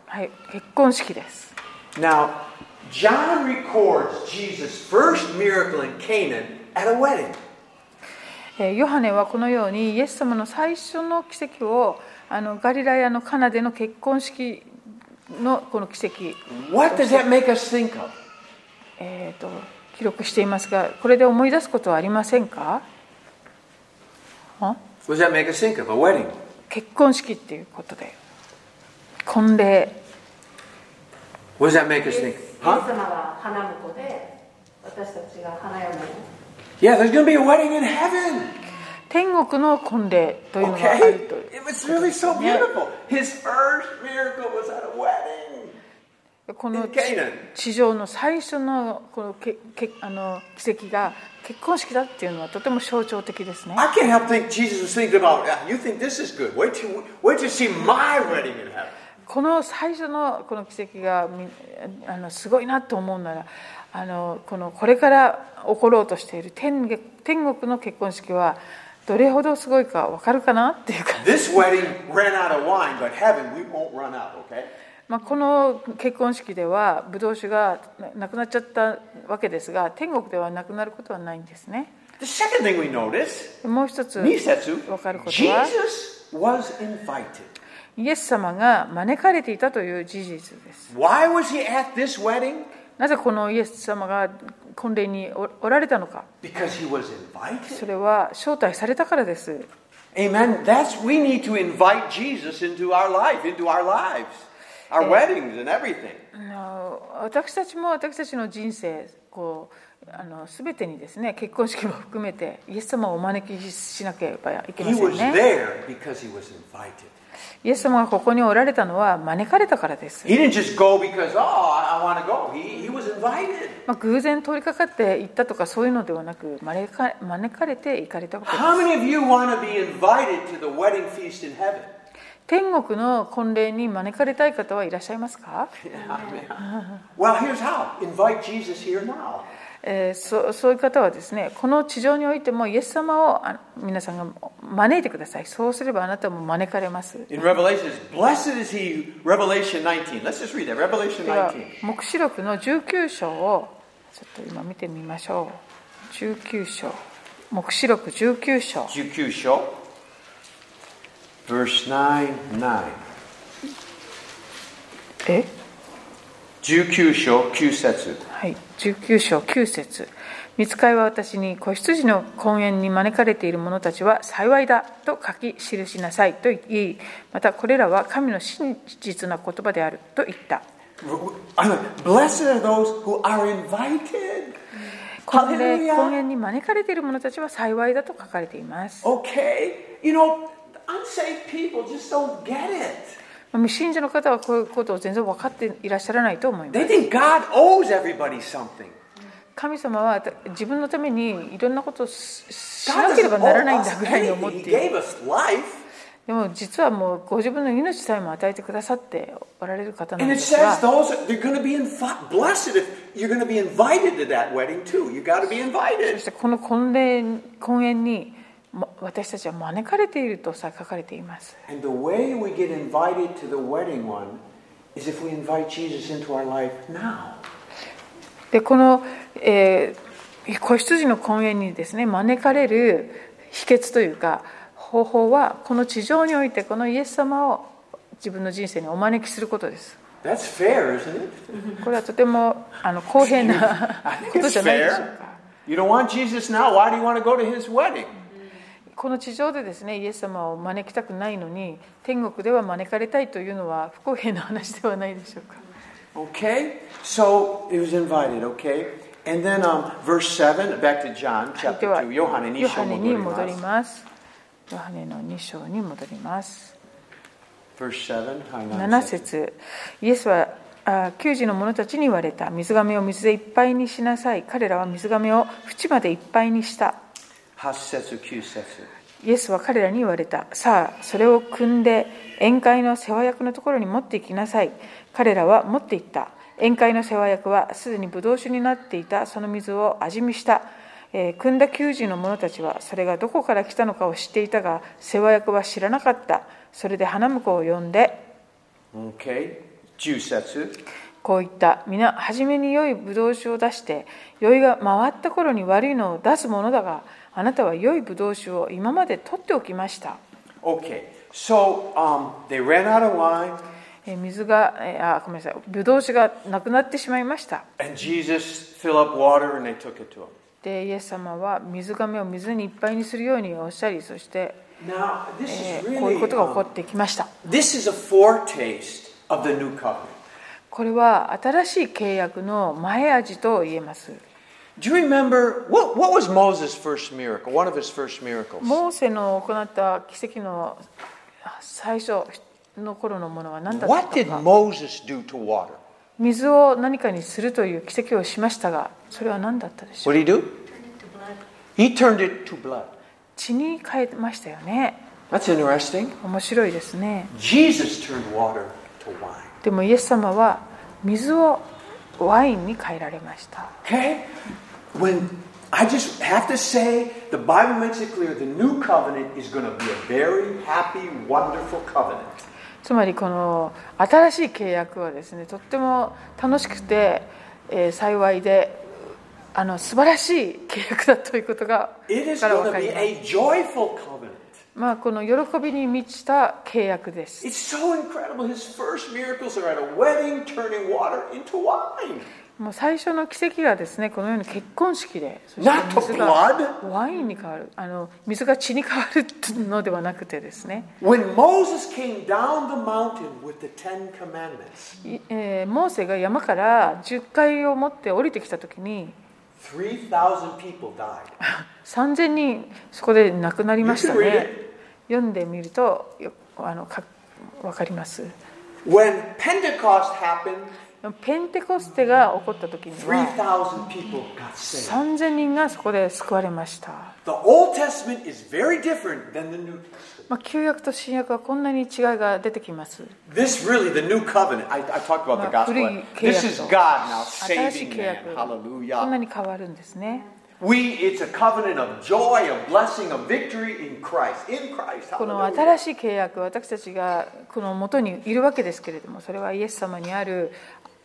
Speaker 2: はい結婚式です
Speaker 1: Now, John records Jesus' first miracle in Canaan at a wedding.
Speaker 2: えーヨハネはこのようにイエス様の最初の奇跡をあのガリラヤのカナでの結婚式のこの奇跡
Speaker 1: What does that make us think of?
Speaker 2: えー、と記録していますがこれで思い出すことはありませんかあ
Speaker 1: What does that make us think of? A wedding.
Speaker 2: 結婚式っていうことで婚礼
Speaker 1: What does that make us
Speaker 3: イエ
Speaker 1: think?
Speaker 3: ス
Speaker 1: Huh?
Speaker 3: 様は花婿で私たちが花嫁
Speaker 1: Yeah, there's going to be a wedding in heaven.
Speaker 2: 天国の婚礼
Speaker 1: Oh,
Speaker 2: というのがあ
Speaker 1: Okay?
Speaker 2: るという
Speaker 1: It was really so beautiful. His first miracle was at a wedding.
Speaker 2: この
Speaker 1: In
Speaker 2: 地
Speaker 1: Canaan.
Speaker 2: 地上の最初のこのけけあの奇跡が結婚式だっていうのはとても象徴的ですね
Speaker 1: I can't help think Jesus was thinking about, "Yeah, you think this is good. Wait till, wait till you see my wedding in heaven.
Speaker 2: この最初のこの奇跡がみあのすごいなと思うならあのこのこれから起ころうとしている天天国の結婚式はどれほどすごいか分かるかなっていうか、
Speaker 1: This wedding ran out of wine, but heaven, we won't run out, okay?
Speaker 2: まあ、この結婚式ではブドウ酒がななくなっちゃったわけですが天国ではなくなることはないんですね
Speaker 1: The second thing we notice,
Speaker 2: もう一つ
Speaker 1: Nisetsu,
Speaker 2: 分かることは
Speaker 1: Jesus was invited.
Speaker 2: イエス様が招かれていたという事実です。
Speaker 1: Why was he at this wedding?
Speaker 2: なぜこのイエス様が婚礼におおられたのか、
Speaker 1: Because he was invited.
Speaker 2: それは招待されたからです。
Speaker 1: Amen. That's we need to invite Jesus into our life, into our lives, our weddings and everything.
Speaker 2: あの私たちも私たちの人生こうあの全てにですね結婚式も含めてイエス様をお招きしなければいけま
Speaker 1: He
Speaker 2: せ
Speaker 1: was
Speaker 2: んね
Speaker 1: there because he was invited.
Speaker 2: イエス様がここにおられたのは招かれたからです
Speaker 1: He、didn't just go because, oh, I, I want to go. He, he was invited.
Speaker 2: まあ、偶然通りかかって行ったとかそういうのではなく招か招かれて行かれたわけです
Speaker 1: How many of you want to be invited to the wedding feast in heaven?
Speaker 2: 天国の婚礼に招かれたい方はいらっしゃいますか、
Speaker 1: Amen. Well, here's how invite Jesus here now.
Speaker 2: えーそそういう方はですねこの地上においてもイエス様をあ皆さんが招いてくださいそうすればあなたも招かれます
Speaker 1: In Revelation, it's, blessed is he, Revelation 19. Let's just read that. Revelation
Speaker 2: では
Speaker 1: 19.
Speaker 2: 黙示録の19章をちょっと今見てみましょう19章黙示録19章
Speaker 1: 19 show. Verse 9, 9.
Speaker 2: え
Speaker 1: 19章9節
Speaker 2: はい、19章9節見つかいは私に子羊の婚宴に招かれている者たちは幸いだと書き記しなさいと言いまたこれらは神の真実な言葉であると言った。
Speaker 1: Blessed are those who are invited.
Speaker 2: 婚礼
Speaker 1: Hallelujah.
Speaker 2: 婚宴に招かれている者たちは幸いだと書かれています。
Speaker 1: Okay, you know, the unsaved people just don't get it.
Speaker 2: 未信者の方はこういうことを全然分かっていらっしゃらないと思います。
Speaker 1: They think God owes everybody something.
Speaker 2: 神様は自分のためにいろんなことをしし
Speaker 1: God
Speaker 2: なけれ
Speaker 1: doesn't
Speaker 2: ば
Speaker 1: owe
Speaker 2: ならないんだ
Speaker 1: us
Speaker 2: ぐらいに思っ
Speaker 1: anything. He
Speaker 2: ている。
Speaker 1: gave us life.
Speaker 2: でも実はもうご自分の命さえも与えてくださっておられる方なん
Speaker 1: And
Speaker 2: で
Speaker 1: it
Speaker 2: す
Speaker 1: says
Speaker 2: が
Speaker 1: those they're going to be invi- blessed if you're going to be invited to that wedding too. You got to be
Speaker 2: そ
Speaker 1: invited.
Speaker 2: してこの婚礼婚宴にま私たちは招かれているとさ書かれています
Speaker 1: And the way we get invited to the wedding one is if we invite Jesus into our life now.
Speaker 2: でこの、えー子羊の婚宴にですね招かれる秘訣というか方法はこの地上においてこのイエス様を自分の人生にお招きすることです
Speaker 1: That's fair, isn't it?
Speaker 2: これはとてもあの公平なことじゃないでしょうか
Speaker 1: You don't want Jesus now. Why do you want to go to his wedding?
Speaker 2: この地上でですねイエス様を招きたくないのに天国では招かれたいというのは不公平な話ではないでしょうか
Speaker 1: Okay? So it was invited, okay? And then um, verse 7, back to John
Speaker 2: はいで
Speaker 1: chapter
Speaker 2: は
Speaker 1: 2. Yohane
Speaker 2: ヨハネに戻り
Speaker 1: Nishon
Speaker 2: ますヨハネの2章に戻ります
Speaker 1: Verse 7.
Speaker 2: 7
Speaker 1: Hananiah.
Speaker 2: 節イエスはあー給仕の者たちに言われた水がめを水でいっぱいにしなさい彼らは水がめを縁までいっぱいにした
Speaker 1: Hasetsu kyusetsu.
Speaker 2: イエスは彼らに言われた。さあ、それを汲んで宴会の世話役のところに持って行きなさい。彼らは持って行った。宴会の世話役はすでにブドウ酒になっていたその水を味見した。えー汲んだ給仕の者たちはそれがどこから来たのかを知っていたが世話役は知らなかった。それで花婿を呼んで
Speaker 1: Okay. Jusetsu.
Speaker 2: こう言った。皆、初めに良いブドウ酒を出して酔いが回った頃に悪いのを出すものだがあなたは良いブドウ酒を今まで取っておきました。
Speaker 1: Okay. So um, they ran out of wine,
Speaker 2: えー水が、えーあごめんなさいブドウ酒がなくなってしまいました
Speaker 1: and Jesus filled up water, and they took it to him.
Speaker 2: でイエス様は水亀を水にいっぱいにするようにおっしゃりそして
Speaker 1: Now, this
Speaker 2: え
Speaker 1: is
Speaker 2: ーこういう
Speaker 1: really,
Speaker 2: ことが起こ
Speaker 1: um,
Speaker 2: ってきました
Speaker 1: this is a foretaste of the new covenant.
Speaker 2: これは新しい契約の前味と言えます
Speaker 1: Do you remember what, what was Moses' first miracle? One of his first miracles.
Speaker 2: モーセの行った奇跡の最初の頃のものは何だった
Speaker 1: What
Speaker 2: の
Speaker 1: did
Speaker 2: か
Speaker 1: Moses do to water?
Speaker 2: 水を何かにするという奇跡をしましたがそれは何だったでしょう
Speaker 1: What did he do? He turned it to blood.
Speaker 2: 血に変えましたよね
Speaker 1: That's interesting.
Speaker 2: 面白いですね
Speaker 1: Jesus turned water to wine.
Speaker 2: でもイエス様は水をワインに変えられました
Speaker 1: Okay? When I just have to say, the Bible makes it clear the new covenant is going to be a very happy, wonderful covenant.
Speaker 2: つまりこの新しい契約はですねとっても楽しくて、えー幸いであの素晴らしい契約だということが
Speaker 1: It is
Speaker 2: から
Speaker 1: going to
Speaker 2: 分か
Speaker 1: be
Speaker 2: ります
Speaker 1: a joyful covenant.
Speaker 2: まあこの喜びに満ちた契約です
Speaker 1: It's so incredible. His first miracles are at a wedding, turning water into wine.
Speaker 2: もう最初の奇跡がですねこのように結婚式でそ
Speaker 1: Not
Speaker 2: して
Speaker 1: to
Speaker 2: 水が
Speaker 1: blood.
Speaker 2: ワインに変わるあの水が血に変わるのではなくてですね
Speaker 1: When Moses came down the mountain with the Ten Commandments,
Speaker 2: いえーモーセが山から十回を持って降りてきた時に
Speaker 1: 3,000 people died.
Speaker 2: 3,000人そこで亡くなりました
Speaker 1: You can read
Speaker 2: ね読んでみるとよあのか分かります
Speaker 1: When Pentecost happened,
Speaker 2: ペンテコステが起こった時には
Speaker 1: 3,000 people got saved.
Speaker 2: 3,000人がそこで救われました、
Speaker 1: The Old Testament is very different than the New Testament.
Speaker 2: まあ、旧約と新約はこんなに違いが出てきます
Speaker 1: This really, the New Covenant. I, I talked about the gospel.
Speaker 2: まあ、古い契約と
Speaker 1: This is God now
Speaker 2: 新しい
Speaker 1: saving
Speaker 2: 契
Speaker 1: man.
Speaker 2: 約こんな
Speaker 1: Hallelujah.
Speaker 2: に変わるんですね
Speaker 1: We, it's a covenant of joy, of blessing, of victory in Christ. In Christ.
Speaker 2: この
Speaker 1: Hallelujah.
Speaker 2: 新しい契約私たちがこの元にいるわけですけれどもそれはイエス様にある、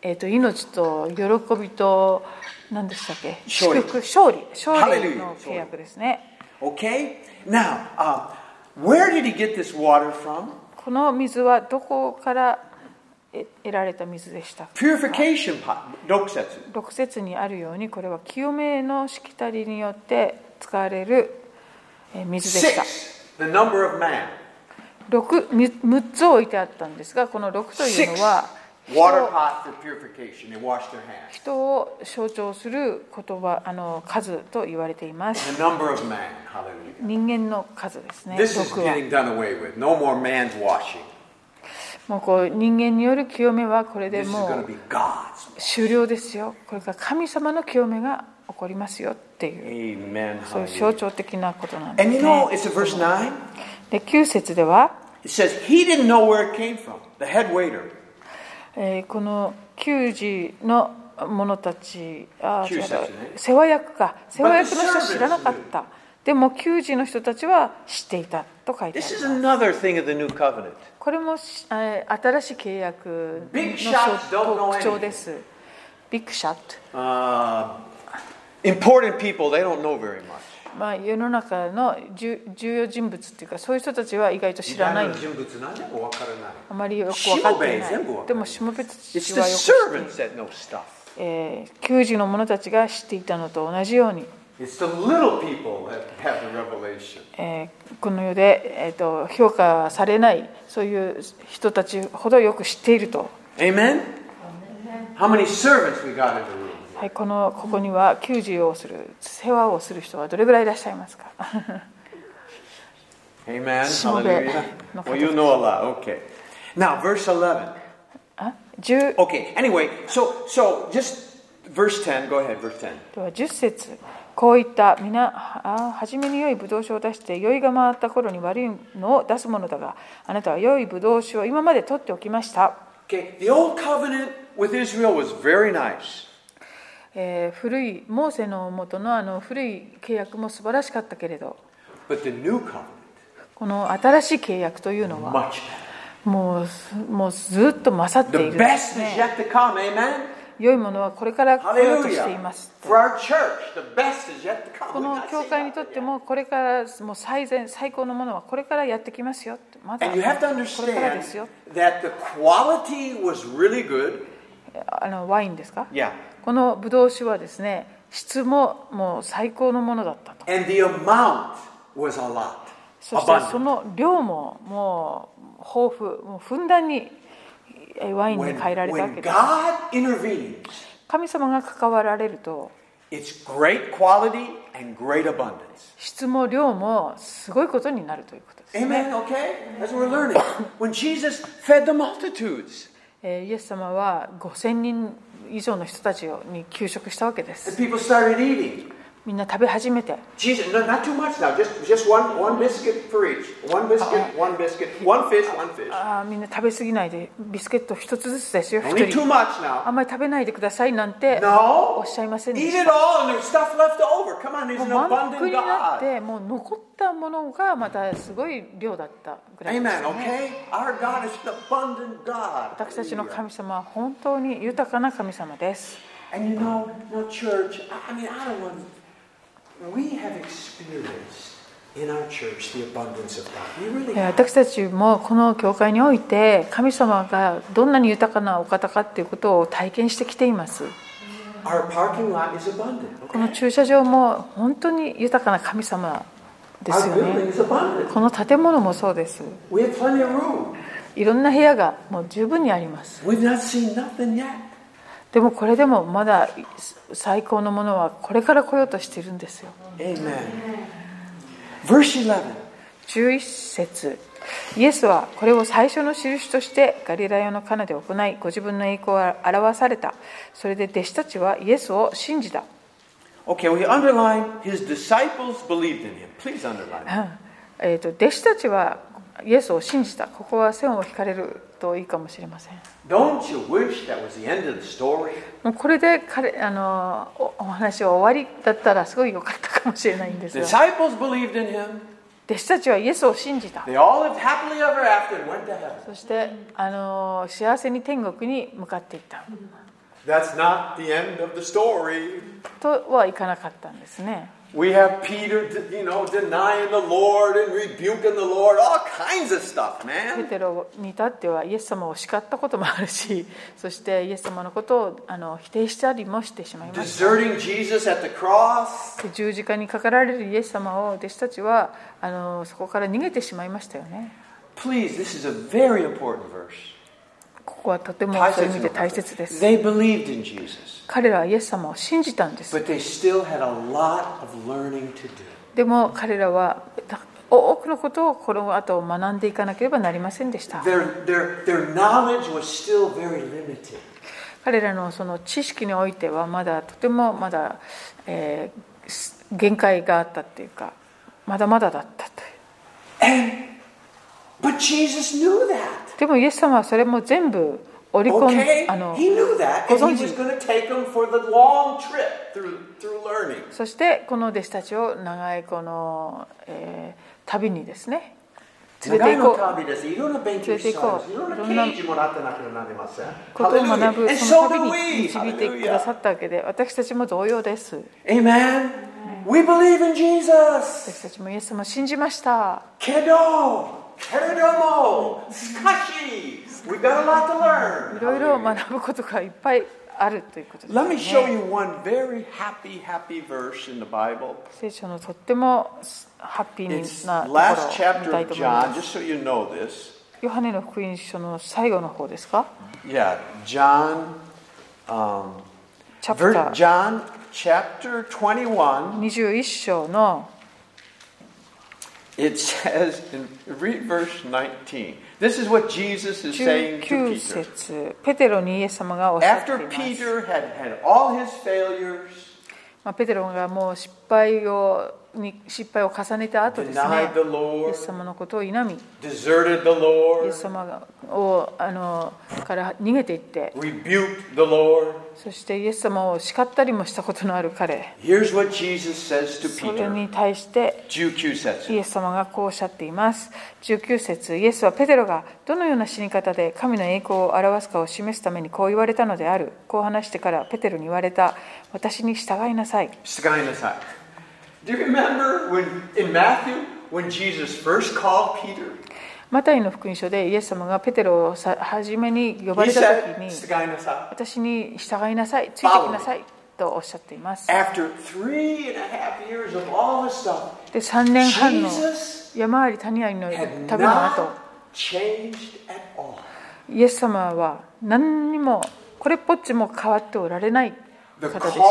Speaker 2: えー、と命と喜びと何でしたっけ
Speaker 1: 勝利
Speaker 2: 祝福勝利勝利
Speaker 1: Hallelujah
Speaker 2: の契約ですね
Speaker 1: Okay? Now, uh, where did he get this water from?
Speaker 2: この水はどこからえ得られた水でしたか
Speaker 1: Purification pot, doksetsu.
Speaker 2: 6節にあるようにこれは清めのしきたりによって使われるえー水でした
Speaker 1: Six, the number of man.
Speaker 2: 6, 6つ置いてあったんですがこの6という
Speaker 1: Six,
Speaker 2: のは
Speaker 1: water
Speaker 2: 人を
Speaker 1: pot for purification. They wash their hands.
Speaker 2: 人を象徴する言葉あの数と言われています
Speaker 1: The number of man. Hallelujah.
Speaker 2: 人間の数ですね
Speaker 1: This is
Speaker 2: 6は
Speaker 1: getting done away with. No more man's washing.
Speaker 2: もうこう人間による清めはこれで
Speaker 1: This is
Speaker 2: も
Speaker 1: going to
Speaker 2: う
Speaker 1: be God's.
Speaker 2: 終了ですよこれから神様の清めが起こりますよっていう
Speaker 1: Amen.
Speaker 2: そういう象徴的なことなんです
Speaker 1: And you know,
Speaker 2: ね
Speaker 1: it's in verse 9.
Speaker 2: で9節では
Speaker 1: It says, He didn't know where it came from. The head waiter.
Speaker 2: えーこの給仕の者たちあー
Speaker 1: 給仕たちね
Speaker 2: 違う世話役か世話役の人
Speaker 1: But
Speaker 2: は
Speaker 1: the servants
Speaker 2: 知らなかったでも給仕の人たちは知っていたと書いてあ
Speaker 1: This is
Speaker 2: る
Speaker 1: another thing of the new covenant.
Speaker 2: これもしえー新しい契約
Speaker 1: Big shots don't know
Speaker 2: の特徴ですビッグシャット、
Speaker 1: Uh, important people, they don't know very much.
Speaker 2: まあ、世の中の重重要人物っていうかそういう人たちは意外と知らないあまりよく分かっていな
Speaker 1: しもべ全部わかんない
Speaker 2: いでもしもべた
Speaker 1: It's
Speaker 2: ち
Speaker 1: the
Speaker 2: はよく知っ
Speaker 1: servants
Speaker 2: ている
Speaker 1: that know stuff.
Speaker 2: えー給仕の者たちが知っていたのと同じように
Speaker 1: It's the little people that have the revelation.
Speaker 2: えーこの世で、えー、と評価されないそういう人たちほどよく知っていると、
Speaker 1: Amen? How many servants we got in the room?
Speaker 2: はい、このここには給仕をする世話をする人はどれぐらいいらっしゃいますか
Speaker 1: Amen.
Speaker 2: しもべ
Speaker 1: Hallelujah.
Speaker 2: の方
Speaker 1: Well,
Speaker 2: 々。
Speaker 1: you know a lot. Okay. Now, verse 11.
Speaker 2: あ 10,
Speaker 1: Okay. Anyway, so so just verse 10. Go ahead, verse 10.
Speaker 2: では10節こういった皆あ初めに良いブドウ酒を出して酔いが回った頃に悪いのを出すものだがあなたは良いブドウ酒を今まで取っておきました、
Speaker 1: Okay. The old covenant with Israel was very nice.
Speaker 2: えー古いモーセの元のあの古い契約も素晴らしかったけれど
Speaker 1: But the new covenant,
Speaker 2: この新しい契約というのは
Speaker 1: much better.
Speaker 2: もうすもうずっと勝ってい
Speaker 1: The
Speaker 2: るんで
Speaker 1: best
Speaker 2: す
Speaker 1: is
Speaker 2: ね
Speaker 1: yet to come. Amen.
Speaker 2: 良いものはこれから来ようとしてい
Speaker 1: Hallelujah.
Speaker 2: ます。
Speaker 1: For our church, the best is yet to come.
Speaker 2: こ
Speaker 1: We've
Speaker 2: の
Speaker 1: not
Speaker 2: 教
Speaker 1: seen
Speaker 2: 会に
Speaker 1: that
Speaker 2: とって
Speaker 1: yet.
Speaker 2: もこれからもう最善最高のものはこれからやってきますよってまだ
Speaker 1: And you have to
Speaker 2: これからですよ
Speaker 1: understand that the quality was really good.
Speaker 2: あのワインですか
Speaker 1: Yeah.
Speaker 2: このブドウ酒はですね質ももう最高のものだったと
Speaker 1: And the amount was a lot.
Speaker 2: そしてそ
Speaker 1: Abundant.
Speaker 2: の量ももう豊富もうふんだんにえワインに
Speaker 1: When,
Speaker 2: 変えられたわ
Speaker 1: when
Speaker 2: けです
Speaker 1: God intervenes,
Speaker 2: 神様が関わられると
Speaker 1: it's great quality and great abundance.
Speaker 2: 質も量もすごいことになるということです、
Speaker 1: Amen, okay? That's what we're learning. When Jesus fed the multitudes,
Speaker 2: えーイエス様は5000人以上の人たちをに給食したわけで
Speaker 1: and
Speaker 2: す
Speaker 1: people started eating.
Speaker 2: みんな食べ始めて
Speaker 1: Jesus, no, not too much now. Just, just one, one biscuit for each. One biscuit, one biscuit, one fish, one fish.
Speaker 2: あーみんな食べ過ぎないでビスケット一つずつですよ一
Speaker 1: Don't eat
Speaker 2: 人
Speaker 1: too much now.
Speaker 2: あんまり食べないでくださいなんてお
Speaker 1: No.
Speaker 2: っしゃいませんで
Speaker 1: Eat
Speaker 2: し
Speaker 1: it
Speaker 2: た
Speaker 1: all, and there's stuff left over. Come on, there's
Speaker 2: もう
Speaker 1: an
Speaker 2: 満腹
Speaker 1: abundant
Speaker 2: になっ
Speaker 1: God.
Speaker 2: てもう残ったものがまたすごい量だったぐらいです、
Speaker 1: Amen.
Speaker 2: よね
Speaker 1: Okay, our God is an abundant God.
Speaker 2: 私たちの神様は本当に豊かな神様です
Speaker 1: And you know, no church. I I mean, I don't want. We have experienced in our church the abundance of God. We really
Speaker 2: いや
Speaker 1: have.
Speaker 2: 私たちもこの教会において神様がどんなに豊かなお方かっていうことを体験してきています
Speaker 1: Our parking lot is abundant.
Speaker 2: この
Speaker 1: Okay?
Speaker 2: 駐車場も本当に豊かな神様ですよ
Speaker 1: Our building
Speaker 2: ね
Speaker 1: is abundant.
Speaker 2: この建物もそうです
Speaker 1: We have plenty of room.
Speaker 2: いろんな部屋がもう十分にあります
Speaker 1: We've not seen nothing yet.
Speaker 2: でもこれでもまだ最高のものはこれから来ようとしているんですよ
Speaker 1: Amen. Verse 11.
Speaker 2: 11節イエスはこれを最初の印としてガリラヤのカナで行いご自分の栄光を表されたそれで弟子たちはイエスを信じた
Speaker 4: Okay, we underline his disciples believed in him. Please underline.
Speaker 2: うん えー、と弟子たちはイエスを信じたここは線を引かれるといいかもしれません
Speaker 1: Don't you wish that was the end of the story?
Speaker 2: もうこれで彼あのおお話は終わりだったらすごい良かったかもしれないんです
Speaker 1: The
Speaker 2: が
Speaker 1: disciples believed in him.
Speaker 2: 弟子たちはイエスを信じた
Speaker 1: They all lived happily ever after and went to heaven.
Speaker 2: そしてあの幸せに天国に向かっていった
Speaker 1: That's not the end of the story.
Speaker 2: とはいかなかったんですね
Speaker 1: We have Peter, you know, denying the Lord and rebuking the Lord, all kinds of stuff,
Speaker 2: ペ
Speaker 1: man.
Speaker 2: テロに至ってはイエス様を叱ったこともあるしそしてイエス様のことをあの否定したりもしてしまいました
Speaker 1: Deserting Jesus at the cross.
Speaker 2: で十字架にかかられるイエス様を弟子たちはあのそこから逃げてしまいましたよね
Speaker 1: Please, this is a very important verse.
Speaker 2: ここはとてもそういう意味で大切です
Speaker 1: They believed in Jesus,
Speaker 2: 彼らはイエス様を信じたんです
Speaker 1: but they still had a lot of learning to do.
Speaker 2: でも彼らはた多くのことをこの後学んでいかなければなりませんでした
Speaker 1: Their, their, their knowledge was still very limited.
Speaker 2: 彼らのその知識においてはまだとてもまだ、えーす限界があったっていうかまだまだだったという
Speaker 1: And, but Jesus knew that.
Speaker 2: でもイエス様はそれも全部織り込ん
Speaker 1: Okay?
Speaker 2: あの
Speaker 1: He knew that, and he
Speaker 2: ご存知。
Speaker 1: was going to take them for the long trip through, through learning.
Speaker 2: そしてこの弟子たちを長いこの、えー旅にですね連れて行こう
Speaker 1: 長いの旅です。いろんな勉強をしたんです。いろんな刑事もらってなくてはなりません。
Speaker 2: ことを
Speaker 1: Hallelujah.
Speaker 2: 学ぶ
Speaker 1: And
Speaker 2: そ
Speaker 1: so
Speaker 2: の旅
Speaker 1: do
Speaker 2: に
Speaker 1: we.
Speaker 2: 導いてくださ
Speaker 1: Hallelujah.
Speaker 2: ったわけで私たちも同様です
Speaker 1: Amen. We believe in Jesus.
Speaker 2: 私たちもイエス様を信じました
Speaker 1: Kedo. Keredomo. Tsukashi. We've got a lot to
Speaker 2: いろい
Speaker 1: learn.
Speaker 2: ろ学ぶことがいっぱいあるということです
Speaker 4: Let me show
Speaker 2: ね
Speaker 4: you one very happy, happy verse in the Bible.
Speaker 2: 聖書のとってもハッピー
Speaker 4: It's
Speaker 2: なとこ
Speaker 4: last
Speaker 2: ろを見
Speaker 4: chapter
Speaker 2: たい
Speaker 4: of
Speaker 2: と思いま
Speaker 4: John,
Speaker 2: す
Speaker 4: just so you know this.
Speaker 2: ヨハネの福音書の最後の方ですか
Speaker 4: Yeah, John, um,
Speaker 2: チャプ
Speaker 4: ver-
Speaker 2: ター
Speaker 4: John chapter 21.
Speaker 2: 21章の
Speaker 4: It says in read verse 19. This is what Jesus is saying to
Speaker 2: 19
Speaker 4: Peter.
Speaker 2: 節ペテロにイエス様がおっしゃってい
Speaker 4: After
Speaker 2: ます、
Speaker 4: Peter had had all his failures,
Speaker 2: まあ、ペテロがもう失敗をに失敗を重ねた後ですね
Speaker 4: denied the
Speaker 2: イエ
Speaker 4: Lord,
Speaker 2: ス様のことを否み
Speaker 4: deserted the
Speaker 2: イエ
Speaker 4: Lord,
Speaker 2: ス様をあのから逃げていって
Speaker 4: rebuked the Lord.
Speaker 2: そしてイエス様を叱ったりもしたことのある彼
Speaker 4: Here's what Jesus says to
Speaker 2: それ
Speaker 4: Peter.
Speaker 2: に対して
Speaker 4: 19節
Speaker 2: イエス様がこうおっしゃっています19節イエスはペテロがどのような死に方で神の栄光を表すかを示すためにこう言われたのであるこう話してからペテロに言われた私に従いなさい
Speaker 4: Sky in the side.
Speaker 1: Do you remember when in Matthew when Jesus first called Peter?
Speaker 2: マタイの福音書でイエス様がペテロをさ初めに呼ば
Speaker 1: He
Speaker 2: れた
Speaker 1: said,
Speaker 2: 時に
Speaker 1: "Tsukainasai."
Speaker 2: 私に従いなさいついてきなさいとおっしゃっています。
Speaker 5: After three and a half years of all this stuff,
Speaker 2: で、3年半の
Speaker 5: Jesus
Speaker 2: 山あり谷ありの
Speaker 5: had
Speaker 2: 旅の後、
Speaker 5: not changed at all.
Speaker 2: イエス様は何にもこれっぽっちも変わっておられない
Speaker 5: The
Speaker 2: 方でした。
Speaker 5: call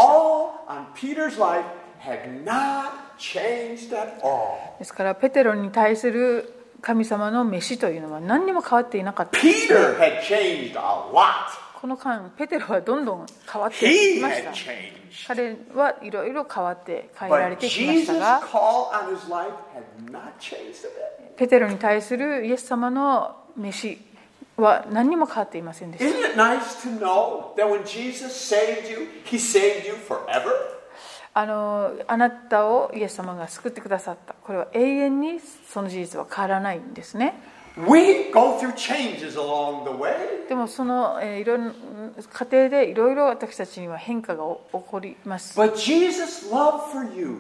Speaker 5: on Peter's life had not changed at all.
Speaker 2: ですから、ペテロに対する神様の飯というのは何にも変わっていなかった。
Speaker 5: Peter had changed a lot.
Speaker 2: この間、ペテロはどんどん変わってい
Speaker 5: He
Speaker 2: きました
Speaker 5: had。changed.
Speaker 2: 彼はいろいろ変わって変えられ
Speaker 5: But
Speaker 2: てきました
Speaker 5: Jesus'
Speaker 2: が、
Speaker 5: call on his life had not changed a bit.
Speaker 2: ペテロに対するイエス様の飯は何にも変わっていませんでし
Speaker 5: Isn't it nice to know that when Jesus saved you, he saved you forever?
Speaker 2: たあのあなたをイエス様が救ってくださったこれは永遠にその事実は変わらないんですね
Speaker 5: We go through changes along the way.
Speaker 2: でもその、えーいろん過程でいろいろ私たちには変化がお起こります
Speaker 5: But Jesus' love for you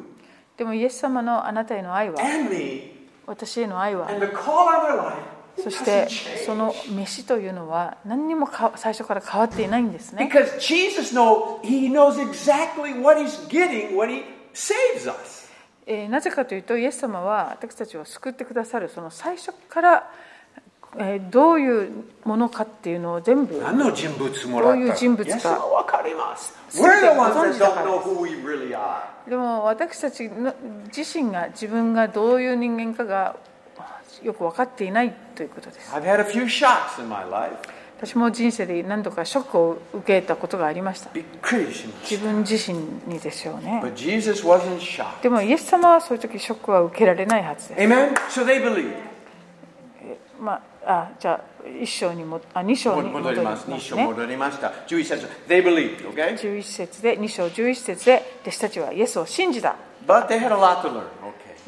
Speaker 2: でもイエス様のあなたへの愛は
Speaker 5: and me
Speaker 2: 私への愛は
Speaker 5: and the call on our life it
Speaker 2: そし
Speaker 5: doesn't
Speaker 2: て
Speaker 5: change.
Speaker 2: その飯というのは何にもか最初から変わっていないんですね
Speaker 5: Because Jesus knows he knows exactly what he's getting when he saves us.
Speaker 2: えーなぜかというとイエス様は私たちを救ってくださるその最初から、えーどういうものかっていうのを全部
Speaker 5: 何の人物もらった。
Speaker 2: どういう人物か。
Speaker 5: イエスはわかります。We're the ones that
Speaker 2: 全てご存知だからです。
Speaker 5: don't know who we really are.
Speaker 2: でも私たちの自身が自分がどういう人間かがよく分かっていないということです
Speaker 5: I've had a few shocks in my life.
Speaker 2: 私も人生で何度かショックを受けたことがありました
Speaker 5: びっくりしました。
Speaker 2: 自分自身にでしょうね
Speaker 5: But Jesus wasn't shocked.
Speaker 2: でもイエス様はそういう時ショックは受けられないはずです、
Speaker 5: Amen? So they believed.
Speaker 2: まあ、あじゃあ1章にもあ2章に戻ります
Speaker 1: 戻り
Speaker 2: ね
Speaker 1: ます。2章戻りました。11節。They believed, okay?
Speaker 2: 11節で2章11節で弟子たちはイエスを信じた
Speaker 1: But they had a lot to learn,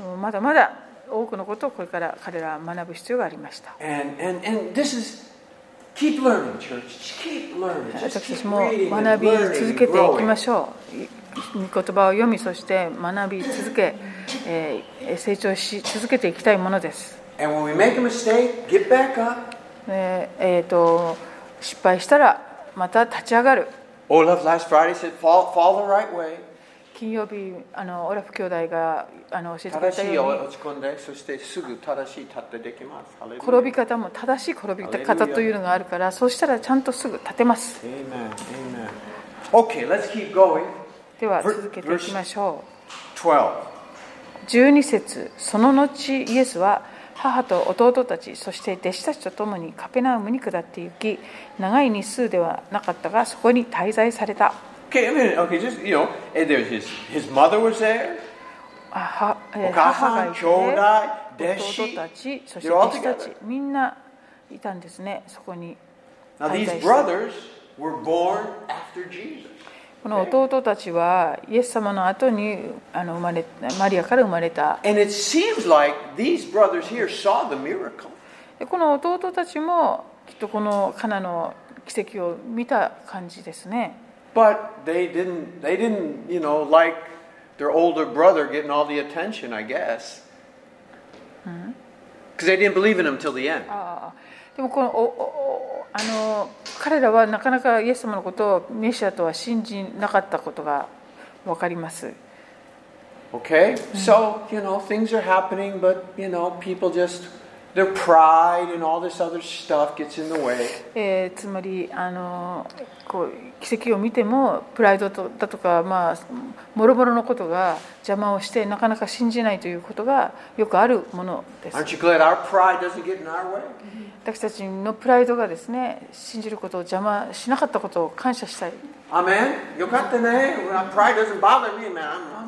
Speaker 1: okay?
Speaker 2: うんまだまだ多くのことをこれから彼らは学ぶ必要がありました
Speaker 5: And, and, and this is, keep learning, church. Just keep learning. Just
Speaker 2: 私た
Speaker 5: keep
Speaker 2: ちも
Speaker 5: reading
Speaker 2: 学
Speaker 5: and
Speaker 2: び
Speaker 5: learning
Speaker 2: 続
Speaker 5: and
Speaker 2: けていきま
Speaker 5: growing.
Speaker 2: しょうい御言葉を読みそして学び続け、えー成長し続けていきたいものです、
Speaker 5: And when we make a mistake, get back up.
Speaker 2: えーえーと失敗したらまた立ち上がる
Speaker 1: Olaf last Friday said, fall, fall the right way.
Speaker 2: 金曜日あのオラフ兄弟があの教えてくれた
Speaker 1: 正しい
Speaker 2: ように
Speaker 1: 落ち込んで、そしてすぐ正しい立ってできます。ハレルヤ
Speaker 2: 転び方も正しい転び方というのがあるからそうしたらちゃんとすぐ立てます
Speaker 1: Amen, amen. Okay, let's keep going.
Speaker 2: では
Speaker 1: Ver-
Speaker 2: 続けていきましょ
Speaker 1: 12.
Speaker 2: う12節その後イエスは母と弟たちそして弟子たちと共にカペナウムに下って行き長い日数ではなかったがそこに滞在された
Speaker 1: Okay, I mean, okay, just, you know, and there's his, his mother was there,
Speaker 2: あはえー
Speaker 1: お母さん
Speaker 2: 母がいて
Speaker 1: 兄弟弟子
Speaker 2: 弟たちそして
Speaker 1: They're all
Speaker 2: 弟子たち
Speaker 1: together.
Speaker 2: みんないたんですねそこに
Speaker 1: Now,
Speaker 2: 滞
Speaker 1: these
Speaker 2: 在して
Speaker 1: brothers were born after Jesus.
Speaker 2: この弟たちはイエス様の後にあの生まれマリアから生まれた
Speaker 1: And it seems like these brothers here saw the miracle.
Speaker 2: でこの弟たちもきっとこのカナの奇跡を見た感じですね
Speaker 1: But they didn't, they didn't, you know, like their older brother getting all the attention, I guess. Because they didn't believe in him till the end.
Speaker 2: ああでもこのおおおあの彼らはなかなかイエス様のことをメシアとは信じなかったことが分かります
Speaker 1: Okay? So, you know, things are happening, but, you know, people just, their pride and all this other stuff gets in the way.
Speaker 2: えーつまりあのこう奇跡を見てもプライドとだとか、まあ、もろもろのことが邪魔をしてなかなか信じないということがよくあるものです
Speaker 1: Aren't you glad our pride doesn't get in our way?
Speaker 2: 私たちのプライドがですね信じることを邪魔しなかったことを感謝したい
Speaker 1: Amen? You got the name? Well, pride doesn't bother me, man. I'm, I'm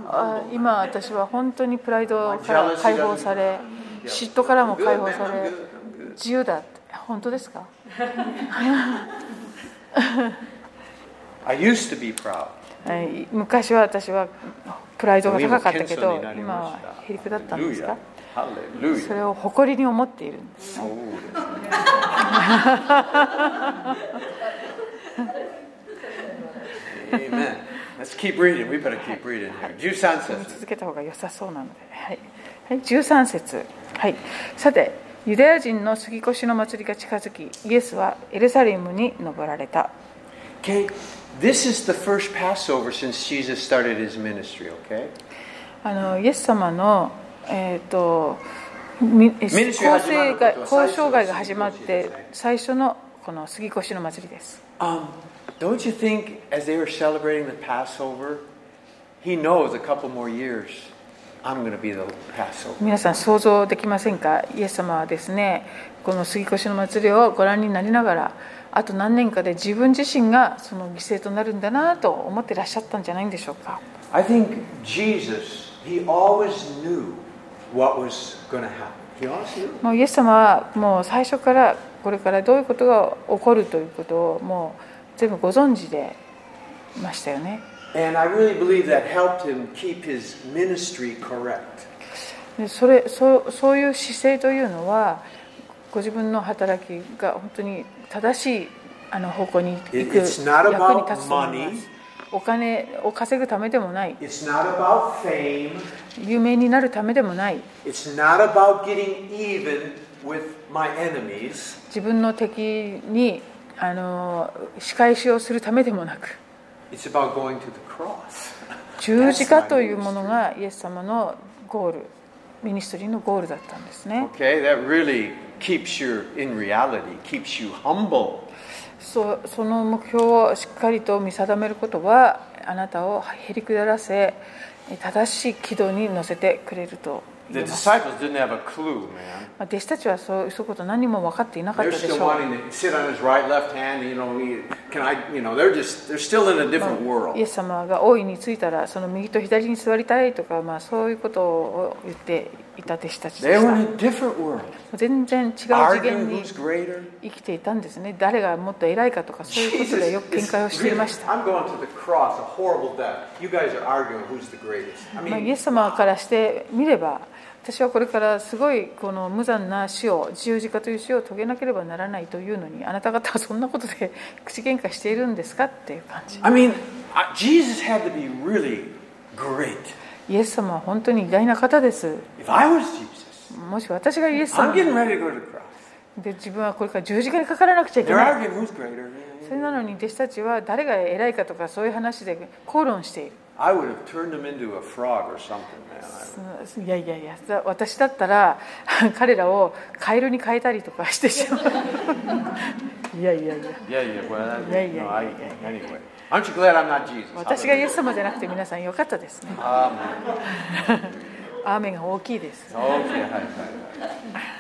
Speaker 2: あ
Speaker 1: humble.
Speaker 2: 今私は本当にプライドか
Speaker 1: My
Speaker 2: ら
Speaker 1: jealousy
Speaker 2: 解放され
Speaker 1: doesn't-
Speaker 2: 嫉妬からも
Speaker 1: I'm good,
Speaker 2: 解放さ
Speaker 1: man,
Speaker 2: れ
Speaker 1: I'm good, I'm good.
Speaker 2: 自由だって本当ですか
Speaker 1: I used to be proud.
Speaker 2: はい昔は私はプライドが高かったけど
Speaker 1: 謙遜になりました。
Speaker 2: 今はへりくだったんですか
Speaker 1: Hallelujah.
Speaker 2: それを誇りに思っているんです
Speaker 1: Amen. Let's keep reading. We better keep reading here. 13
Speaker 2: 読み
Speaker 1: says,
Speaker 2: 続けた方が良さそうなので、はいはい、13節、はい、さてユダヤ人の杉越の祭りが近づきイエスはエルサレムに登られた
Speaker 5: Okay?
Speaker 1: This is the first Passover since Jesus started his ministry, okay?
Speaker 2: あのイエス様の、えー、とみえ
Speaker 1: ミニ
Speaker 2: 交
Speaker 1: ストリーが始まる
Speaker 2: 渉
Speaker 1: ことは最初
Speaker 2: が交渉会が始まって
Speaker 1: 杉越ですね
Speaker 2: 最初のこの杉越の祭りです
Speaker 1: Um, don't you think as they were celebrating the Passover, he knows a couple more years, I'm going to be the Passover.
Speaker 2: 皆さん想像できませんかイエス様はですねこの杉越の祭りをご覧になりながらあと何年かで自分自身がその犠牲となるんだなと思ってらっしゃったんじゃないんでしょうか
Speaker 5: I think Jesus, he always knew what was going to happen. He always knew.
Speaker 2: もうイエス様はもう最初からこれからどういうことが起こるということをもう全部ご存知でいましたよね
Speaker 5: And I really believe that helped him keep his ministry correct.
Speaker 2: でそれそうそういう姿勢というのはご自分の働きが本当に正しいあの方向に行
Speaker 5: It-
Speaker 2: く役に
Speaker 5: it's not about
Speaker 2: 立つと思います
Speaker 5: money.
Speaker 2: お金を稼ぐためでもない
Speaker 5: It's not about fame.
Speaker 2: 有名になるためでもない
Speaker 5: It's not about getting even with my enemies.
Speaker 2: 自分の敵にあの仕返しをするためでもなく
Speaker 5: It's about going to the cross.
Speaker 2: 十字架というものがイエス様のゴールミニストリーのゴールだったんですね
Speaker 1: Okay, that really keeps you in reality, keeps you humble.
Speaker 2: そその目標をしっかりと見定めることはあなたをへりくだらせ正しい軌道に乗せてくれると
Speaker 1: The
Speaker 2: 言えます
Speaker 1: disciples didn't have a clue, man.
Speaker 2: まあ弟子たちはそうそういうこと何も分かっていなかっ
Speaker 1: They're
Speaker 2: たでし
Speaker 1: still
Speaker 2: ょう
Speaker 1: wanting to sit on his right, left hand. You know, he- can I? You know, they're just they're still in a different
Speaker 2: イエ
Speaker 1: world.
Speaker 2: ス様が王位に着いたらその右と左に座りたいとか、まあ、そういうことを言っていた弟子たち
Speaker 1: They
Speaker 2: でし
Speaker 1: were
Speaker 2: た
Speaker 1: in a different world.
Speaker 2: 全然違う次
Speaker 1: Arguing
Speaker 2: 元に
Speaker 1: who's greater.
Speaker 2: 生きていたんですね誰がもっと偉いかとかそういうことでよく見
Speaker 5: is
Speaker 2: 解をしてい
Speaker 5: really-
Speaker 2: ました、
Speaker 5: I'm going to the cross, a horrible death. You guys are arguing who's the greatest. I
Speaker 2: まあ、
Speaker 5: mean,
Speaker 2: イエス様からしてみれば私はこれからすごいこの無残な死を十字架という死を遂げなければならないというのにあなた方はそんなことで 口喧嘩しているんですかっていう感じ
Speaker 1: I mean, I- Jesus had to be really great.
Speaker 2: イエス様は本当に偉大な方です
Speaker 1: If I was Jesus,
Speaker 2: もし私がイエス
Speaker 1: I'm
Speaker 2: 様
Speaker 1: getting ready to go to the cross.
Speaker 2: で自分はこれから十字架にかからなくちゃいけ
Speaker 1: They're
Speaker 2: ない
Speaker 1: arguing who's greater.
Speaker 2: それなのに弟子たちは誰が偉いかとかそういう話で口論している
Speaker 1: I would have turned him into a frog or something, man. I-
Speaker 2: そのいやいやいやだ私だったら彼らをカエルに変えたりとかしてしまう いやいやいや
Speaker 1: Yeah, yeah. Well, that,
Speaker 2: Yeah, yeah,
Speaker 1: no, I, anyway. Aren't you glad I'm not Jesus?
Speaker 2: 私がイエス様じゃなくて皆さんよかったですね
Speaker 1: Hallelujah.
Speaker 2: アーメンが大きいです
Speaker 1: Um, okay.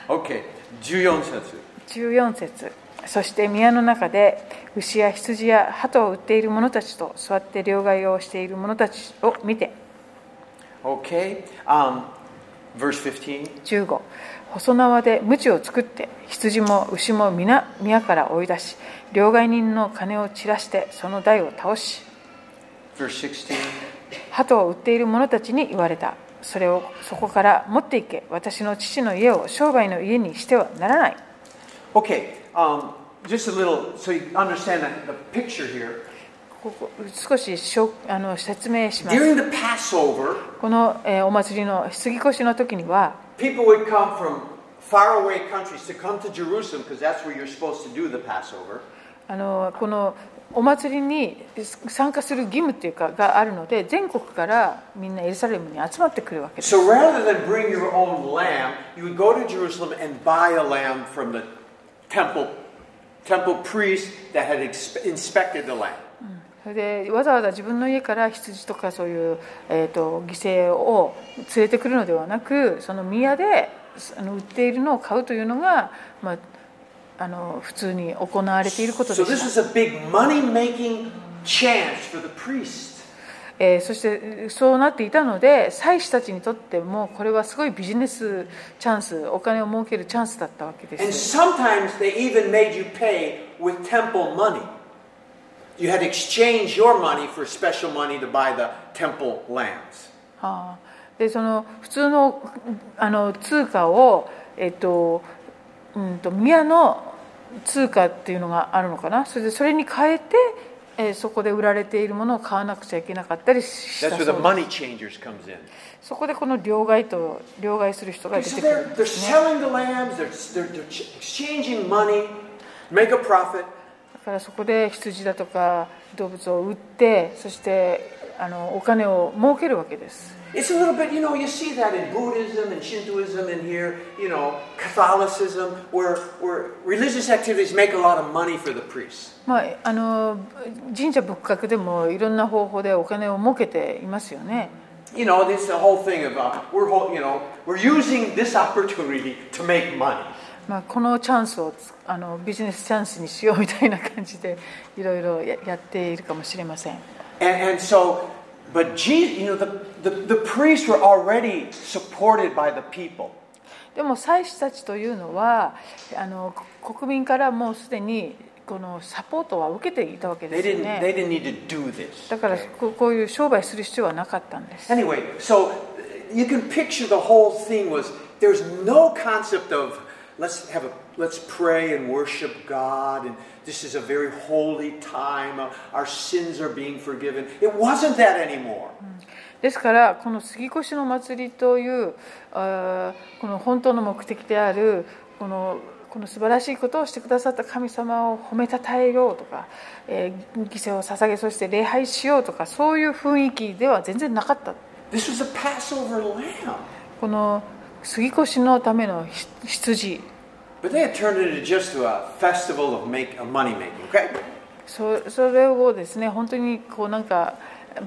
Speaker 1: Okay. 14節。
Speaker 2: 14節そして宮の中で牛や羊や鳩を売っている者たちと座って両替をしている者たちを見て
Speaker 1: Okay. Um, verse 15.
Speaker 2: 15細縄で鞭を作って羊も牛も皆宮から追い出し両替人の金を散らしてその台を倒し
Speaker 1: Verse 16.
Speaker 2: 鳩を売っている者たちに言われたそれをそこから持っていけ私の父の家を商売の家にしてはならない
Speaker 1: Okay. Um, just a little, so you understand the, the picture here.
Speaker 2: ここ少ししょあの説明します
Speaker 1: During the Passover,
Speaker 2: この、えーお祭りの杉越の時には
Speaker 1: people would come from faraway countries to come to Jerusalem because that's where you're supposed to do the Passover.
Speaker 2: あのこのお祭りに参加する義務というかがあるので全国からみんなエルサレムに集まってくるわけです
Speaker 5: so rather than bring your own lamb, you would go to Jerusalem and buy a lamb from the temple temple priest that had exp- inspected the lamb.
Speaker 2: それでわざわざ自分の家から羊とかそういう、えー、と犠牲を連れてくるのではなくその宮ですあの売っているのを買うというのが、まあ、あの普通に行われていることで
Speaker 5: So this
Speaker 2: した、
Speaker 5: was a big money-making chance for the priest.
Speaker 2: えーそしてそうなっていたので祭司たちにとってもこれはすごいビジネスチャンスお金を儲けるチャンスだったわけで
Speaker 5: And
Speaker 2: す
Speaker 5: sometimes they even made you pay with temple money. You had to exchange your money for special money to buy the temple lambs.
Speaker 2: はあ、でその普通のあの通貨を、えっとうん、と宮の通貨っていうのがあるのかなそれでそれに変えて、えーそこで売られているものを買わなくちゃいけなかったりした
Speaker 1: That's
Speaker 2: そう
Speaker 1: where the
Speaker 2: で
Speaker 1: money changers comes in.
Speaker 2: すそこでこの両替と両替する人が
Speaker 5: Okay,
Speaker 2: 出
Speaker 5: so
Speaker 2: てく
Speaker 5: they're,
Speaker 2: るん
Speaker 5: they're
Speaker 2: ですね
Speaker 5: selling the lambs, they're, they're, they're ch- exchanging money, make a profit.
Speaker 2: だからそこで羊だとか動物を売ってそしてあのお金を儲けるわけです
Speaker 1: It's a little bit, you know, you see that in Buddhism and Shintoism and here, you know, Catholicism, where, where religious activities make a lot of money for the priests.
Speaker 2: まあ、あの神社仏閣でもいろんな方法でお金を儲けていますよね
Speaker 1: You know, this the whole thing of uh, we're, hol- you know, we're using this opportunity to make money.
Speaker 2: まあ、このチャンスをつあのビジネスチャンスにしようみたいな感じでいろいろややっているかもしれません
Speaker 1: And, and so, but Jesus, you know, the, the, the priests were already supported by the people.
Speaker 2: でも祭司たちというのはあのこ国民からもうすでにこのサポートは受けていたわけ
Speaker 1: They
Speaker 2: ですよ
Speaker 1: didn't, they
Speaker 2: ね
Speaker 1: didn't need to do this.
Speaker 2: だからここういう商売する必要はなかったんです
Speaker 1: Anyway, so uh, you can picture the whole thing was there's no concept of let's have a let's pray and worship God and this is a very holy time. uh, Our sins are being forgiven. It wasn't that anymore.
Speaker 2: ですからこの杉越の祭りというあーこの本当の目的であるこのこの素晴らしいことをしてくださった神様を褒めたたえようとか、えー犠牲を捧げそして礼拝しようとかそういう雰囲気では全然なかった
Speaker 1: This was a Passover lamb.
Speaker 2: この杉越のためのひ羊
Speaker 1: But they had turned it into just a festival of make of money making, okay?
Speaker 2: そそれをですね本当にこうなんか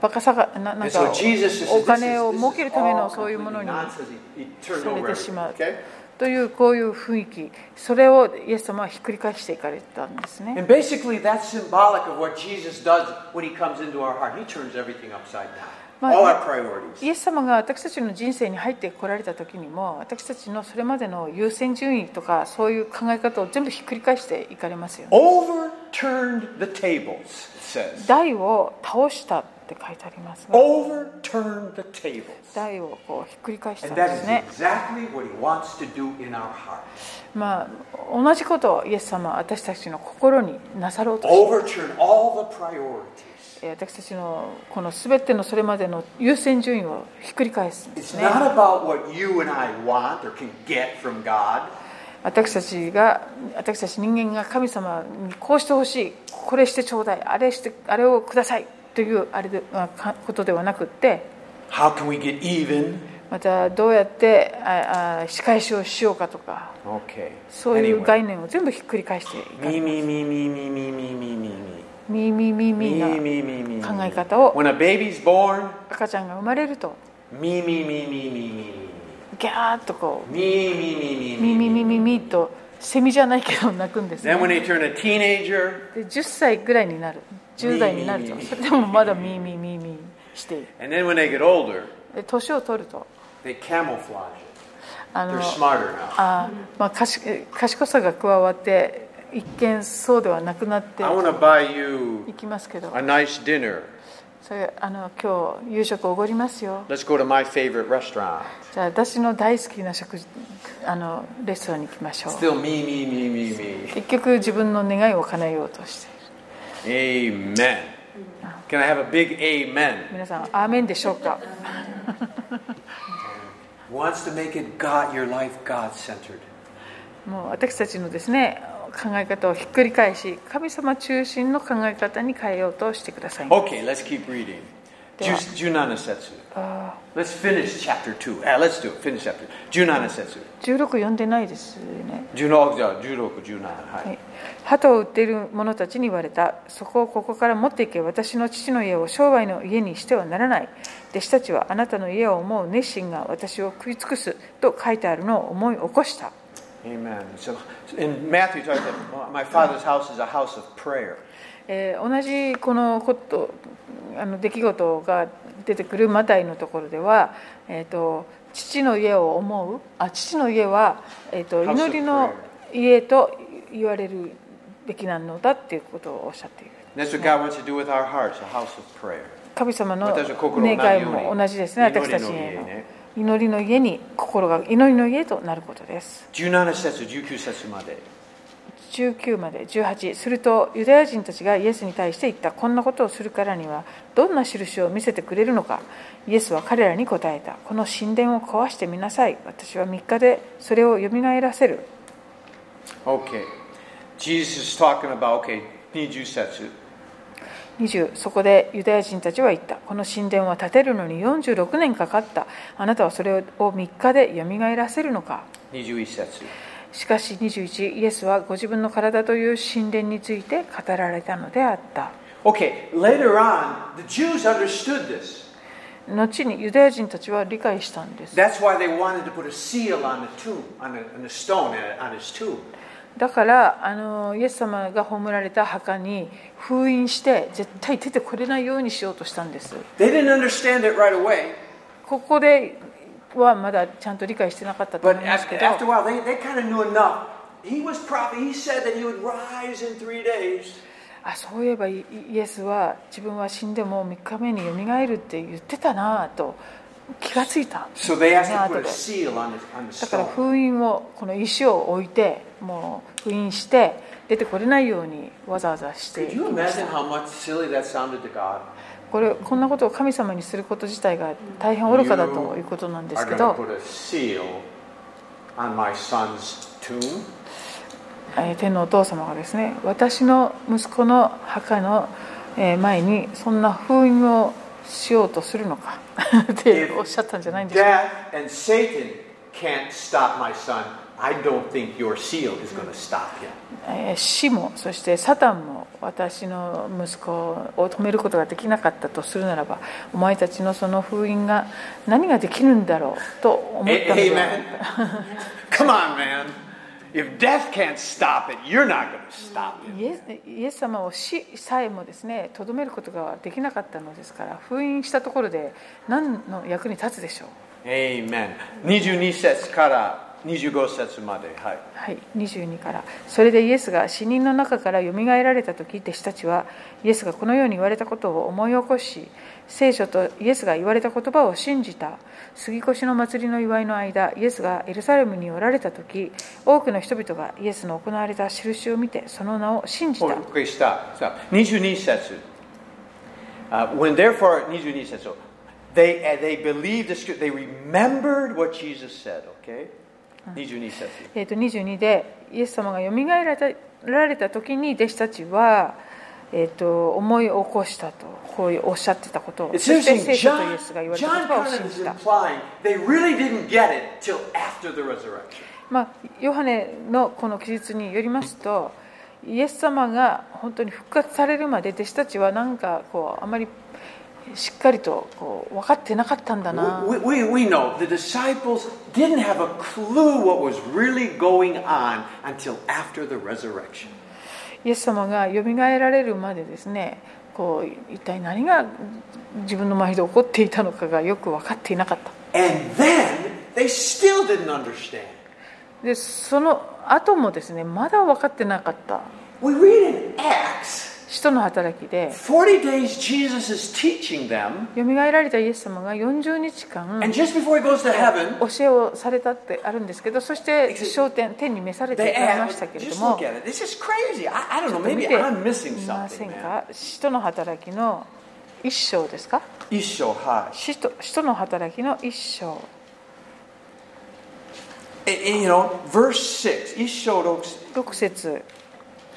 Speaker 2: バカさがななん
Speaker 1: And
Speaker 2: か
Speaker 1: so Jesus just
Speaker 2: お
Speaker 1: says, this is,
Speaker 2: 金を
Speaker 1: this
Speaker 2: 儲
Speaker 1: is
Speaker 2: けるため
Speaker 1: all
Speaker 2: のそういうもの
Speaker 1: completely
Speaker 2: に
Speaker 1: nonsense. He, he turned
Speaker 2: され
Speaker 1: over
Speaker 2: てし
Speaker 1: everything,
Speaker 2: まう
Speaker 1: okay?
Speaker 2: というこういう雰囲気それをイエス様はひっくり返していかれたんですね
Speaker 1: And basically, that's symbolic of what Jesus does when he comes into our heart. He turns everything upside down,
Speaker 2: Well,
Speaker 1: all
Speaker 2: yeah.
Speaker 1: our priorities.
Speaker 2: イエス様が私たちの人生に入ってこられた時にも私たちのそれまでの優先順位とかそういう考え方を全部ひっくり返していかれますよね
Speaker 1: Overturned the tables, it says.
Speaker 2: 台を倒したって書いてありますね
Speaker 1: Overturned the tables.
Speaker 2: 台をこうひっくり返したん
Speaker 1: And
Speaker 2: で
Speaker 1: that
Speaker 2: す
Speaker 1: is
Speaker 2: ね
Speaker 1: exactly what he wants to do in our heart.
Speaker 2: まあ同じことをイエス様は私たちの心になさろうとして
Speaker 1: Overturn all the priorities.
Speaker 2: えー私たちのこの全てのそれまでの優先順位をひっくり返すんで
Speaker 1: It's
Speaker 2: すね
Speaker 1: not about what you and I want or can get from God.
Speaker 2: 私たちが私たち人間が神様にこうしてほしいこれしてちょうだいあれしてあれをくださいというあれであかことではなくって
Speaker 1: How can we get even?
Speaker 2: またどうやってああ仕返しをしようかとか
Speaker 1: Okay.
Speaker 2: そういう概念を全部ひっくり返していか
Speaker 1: me, me, me, me, me, me, me, me, me, me.
Speaker 2: ミーミーミーミ
Speaker 1: Me,
Speaker 2: ーな
Speaker 1: me, me, me,
Speaker 2: 考
Speaker 1: me.
Speaker 2: え方を
Speaker 1: When a baby's born,
Speaker 2: 赤ちゃんが生まれると
Speaker 1: me, me, me, me, me, me,
Speaker 2: ギャーッとこう
Speaker 1: me, me, me, me,
Speaker 2: ミー
Speaker 1: me, me,
Speaker 2: ミーミーミーミーとセミじゃないけど泣くんです、ね
Speaker 1: Then、when they turn a teenager,
Speaker 2: で10歳ぐらいになる10代になると
Speaker 1: ミーミーミー
Speaker 2: それでもまだミーミーミーミーしている
Speaker 1: and then when they get older,
Speaker 2: で年を取ると
Speaker 1: they camouflage it.
Speaker 2: あ
Speaker 1: They're
Speaker 2: の
Speaker 1: smarter now.
Speaker 2: あー、まあ、かし賢さが加わって一見そうではなくなって
Speaker 1: I want to buy you
Speaker 2: いきますけど
Speaker 1: a nice dinner.
Speaker 2: それあの今日夕食おごりますよ
Speaker 1: Let's go to my favorite restaurant.
Speaker 2: じゃあ私の大好きな食事あのレストランに行きましょう
Speaker 1: Still me, me, me, me, me.
Speaker 2: 結局自分の願いを叶えようとしている
Speaker 1: Amen. Can I have a big amen?
Speaker 2: 皆さんアーメンでしょうか
Speaker 1: Wants to make it God, your life God-centered.
Speaker 2: もう私たちのですね考え方をひっくり返し神様中心の考え方に変えようとしてください
Speaker 1: Okay, let's keep reading.
Speaker 2: Yeah.
Speaker 1: Jus- Junana Setsu. let's finish chapter 2. Ah, let's do it. Finish chapter 2. Junana Setsu.
Speaker 2: 16読んでないですね
Speaker 1: Juno, oh, Juroku, Junana.
Speaker 2: は
Speaker 1: Hi.
Speaker 2: い鳩を売っている者たちに言われた、そこをここから持っていけ、私の父の家を商売の家にしてはならない、弟子たちはあなたの家を思う熱心が私を食い尽くすと書いてあるのを思い起こした。
Speaker 1: Amen. So in Matthew, it talks about, my father's house is a house of prayer.
Speaker 2: えー同じこのことあの出来事が出てくるマタイのところでは、えー、と父の家を思うあ父の家は、えー、と
Speaker 1: House of
Speaker 2: 祈りの家と言われるべきなのだっていうことをおっしゃっている。
Speaker 1: And that's what God wants to do with our hearts, a house of prayer.
Speaker 2: 神様の
Speaker 1: 私の心を
Speaker 2: 願いも同じですね、
Speaker 1: 祈
Speaker 2: 私
Speaker 1: りの
Speaker 2: たちへの
Speaker 1: 祈りの家ね
Speaker 2: 祈りの家に心が祈りの家となることです。
Speaker 1: Junana Setsu, Juku Setsu Made.
Speaker 2: 19まで18するとユダヤ人たちがイエスに対して言ったこんなことをするからにはどんな印を見せてくれるのかイエスは彼らに答えたこの神殿を壊してみなさい私は3日でそれをよみがえらせる
Speaker 1: Okay. Jesus is talking about, okay,
Speaker 6: に10節
Speaker 2: 20そこでユダヤ人たちは言ったこの神殿は建てるのに46年かかったあなたはそれを3日でよみがえらせるのか
Speaker 6: 21節
Speaker 2: しかし21イエスはご自分の体という神殿について語られたのであった
Speaker 1: Okay, later on, the Jews understood this.
Speaker 2: 後にユダヤ人たちは理解したんです
Speaker 1: That's why they wanted to put a seal on the tomb, on a, on a stone uh, on his tomb.
Speaker 2: だからあのイエス様が葬られた墓に封印して絶対出てこれないようにしようとしたんです
Speaker 1: They didn't understand it right away,
Speaker 2: ここではまだちゃんと理解してなかったと
Speaker 1: but
Speaker 2: 思います
Speaker 1: after,
Speaker 2: け
Speaker 1: after a
Speaker 2: ど
Speaker 1: while, they, they kind of knew enough. He was prophet. He said that he would rise in three days.
Speaker 2: あそういえばイイエスは自分は死んでも3日目によみがえるって言ってたなぁと気がついた
Speaker 1: So they asked him to
Speaker 2: 後
Speaker 1: put
Speaker 2: で
Speaker 1: a seal on the, on the
Speaker 2: だから
Speaker 1: stone.
Speaker 2: 封印をこの石を置いてもう封印して出てこれないようにわざわざして
Speaker 1: Could you imagine how much silly that sounded to God?
Speaker 2: これこんなことを神様にすること自体が大変愚かだということなんで
Speaker 1: Are
Speaker 2: すけ
Speaker 1: going to
Speaker 2: ど
Speaker 1: put a seal on my son's tomb?
Speaker 2: えー天のお父様がですね私の息子の墓のえー前にそんな封印をしようとするのか っておっしゃったんじゃないんですか
Speaker 1: Death and Satan can't stop my son. I don't think your seal is going to stop him.
Speaker 2: えー死もそしてサタンも私の息子を止めることができなかったとするならばお前たちのその封印が何ができるんだろうと思ったの
Speaker 1: A-
Speaker 2: では
Speaker 1: amen. Come on, man. If death can't stop it, you're not going to stop it.
Speaker 2: イエスイエス様を死さえもですねとどめることができなかったのですから封印したところで何の役に立つでしょう
Speaker 6: Amen 22節から25節まではい
Speaker 2: はい、22からそれでイエスが死人の中からよみがえられた時弟子たちはイエスがこのように言われたことを思い起こし聖書とイエスが言われた言葉を信じた杉越の祭りの祝いの間イエスがエルサレムにおられた時多くの人々がイエスの行われた印を見てその名を信じた
Speaker 6: OK, Oh, stop, stop. 22節。Uh, when therefore, 22節を。They, uh, they believed the script, they remembered what Jesus said, okay? 22節。
Speaker 2: えー、と22でイエス様がよみがえられたられた時に弟子たちは、えー、と思い起こしたとこういうおっしゃってたことを
Speaker 1: It's
Speaker 2: そして聖
Speaker 1: interesting.
Speaker 2: 書とイエ
Speaker 1: John,
Speaker 2: スが言われた
Speaker 1: John
Speaker 2: ことを
Speaker 1: kind
Speaker 2: 信
Speaker 1: of is
Speaker 2: じた、
Speaker 1: implying they really didn't get it till after the resurrection.
Speaker 2: まあ、ヨハネのこの記述によりますとイエス様が本当に復活されるまで弟子たちはなんかこうあまりしっかりとこう分かってなかったんだな
Speaker 1: We, we, we know the disciples didn't have a clue what was really going on until after the resurrection.
Speaker 2: イエス様がよみがえられるまでですねこう一体何が自分の前で起こっていたのかがよく分かっていなかった
Speaker 1: And then they still didn't understand.
Speaker 2: でその後もですねまだ分かってなかった
Speaker 1: We read in Acts
Speaker 2: 使徒の働きで
Speaker 1: 40 days Jesus is teaching them,
Speaker 2: よみがえられたイエス様が40日間
Speaker 1: and just before he goes to heaven,
Speaker 2: 教えをされたってあるんですけどそして焦点天に召されて
Speaker 1: they
Speaker 2: いかれま
Speaker 1: ask,
Speaker 2: したけれど
Speaker 1: just
Speaker 2: も
Speaker 1: look at it. This is crazy. I, I don't know,
Speaker 2: 見
Speaker 1: maybe
Speaker 2: て
Speaker 1: I'm missing
Speaker 2: いませ
Speaker 1: something.
Speaker 2: ん
Speaker 1: Man.
Speaker 2: か使徒の働きの一章ですか
Speaker 6: 一章、はい。
Speaker 2: 使徒使徒の働きの一章
Speaker 6: And- and, you know, verse 6. 一章六節。
Speaker 2: 6節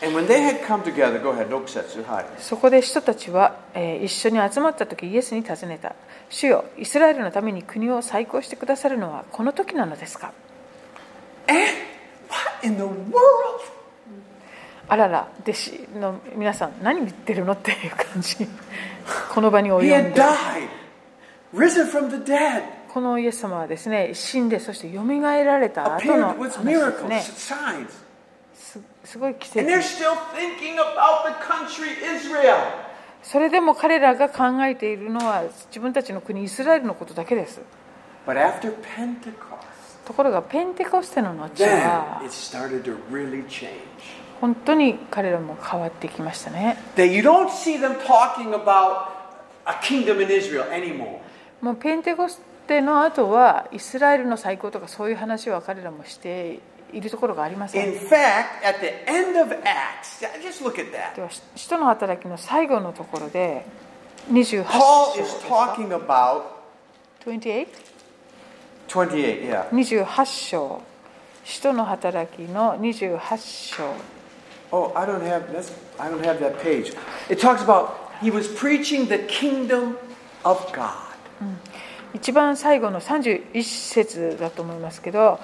Speaker 6: And when they had come together, go ahead, 六節、はい。
Speaker 2: そこで人たちは、えー一緒に集まった時イエスに尋ねた「主よイスラエルのために国を再興してくださるのはこの時なのですか?」
Speaker 1: And what in the world?
Speaker 2: あらら弟子の皆さん何言ってるのっていう感じこの場に及
Speaker 1: He had
Speaker 2: んで
Speaker 1: died, risen from the dead,
Speaker 2: このイエス様はですね死んでそしてよみがえられた後の
Speaker 1: appeared with
Speaker 2: 話です
Speaker 1: miracles,
Speaker 2: ね
Speaker 1: signs.
Speaker 2: すすごい奇
Speaker 1: And they're
Speaker 2: 跡
Speaker 1: still thinking about the country Israel.
Speaker 2: それでも彼らが考えているのは自分たちの国イスラエルのことだけです
Speaker 1: But after Pentecost,
Speaker 2: ところがペンテコステの後
Speaker 1: then
Speaker 2: は
Speaker 1: it started to really change.
Speaker 2: 本当に彼らも変わってきましたね
Speaker 1: That you don't see them talking about a kingdom in Israel anymore.
Speaker 2: もうペンテコステの後はイスラエルの再興とかそういう話は彼らもしているところがありません
Speaker 1: In fact, at the end of Acts, just look at
Speaker 2: で
Speaker 1: that.
Speaker 2: は使徒の働きの最後のところで28
Speaker 6: Paul
Speaker 2: 章で
Speaker 6: is
Speaker 2: すか
Speaker 6: talking about
Speaker 2: 28?
Speaker 6: 28, yeah.
Speaker 2: 28章使徒の働きの28章
Speaker 1: Oh, I don't have that's I don't have that page.
Speaker 5: It talks about he was preaching the kingdom of God.
Speaker 2: 一番最後の31節だと思いますけど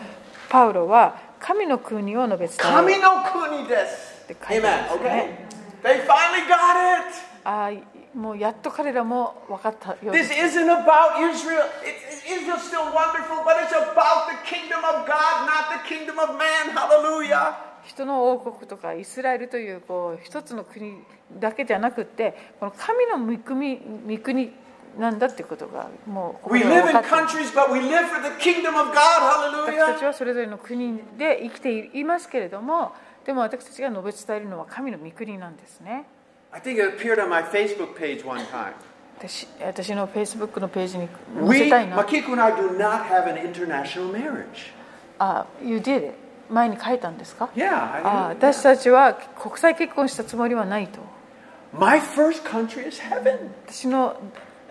Speaker 2: パウロは神の国を述べ伝え
Speaker 5: Kami no kuni desu. Amen. Okay. They finally got it.
Speaker 2: あーもうやっと彼らも分かったようで
Speaker 5: This
Speaker 2: す
Speaker 5: isn't about Israel. It, it- Israel's still wonderful, but it's about the kingdom of God, not the kingdom of man. Hallelujah.
Speaker 2: 人の王国とかイスラエルというこう一つの国だけじゃなくってこの神の御国御国なんだっていうことがもうここ
Speaker 5: We
Speaker 2: で
Speaker 5: live
Speaker 2: は分
Speaker 5: in
Speaker 2: かってます
Speaker 5: countries, but we live for the kingdom of God.
Speaker 2: 私た
Speaker 5: Hallelujah.
Speaker 2: ちはそれぞれの国で生きていますけれどもでも私たちが述べ伝えるのは神の御国なんですね
Speaker 5: I think it appeared on my Facebook page one time.
Speaker 2: 私私のフェイスブックのページに載
Speaker 5: We,
Speaker 2: せたいな
Speaker 5: Makiko and I, do not have an international marriage.
Speaker 2: あ、You did it 前に書いたんですか
Speaker 5: Yeah.
Speaker 2: あ
Speaker 5: I
Speaker 2: 私たちは国際結婚したつもりはないと
Speaker 5: my first country is heaven.
Speaker 2: 私の、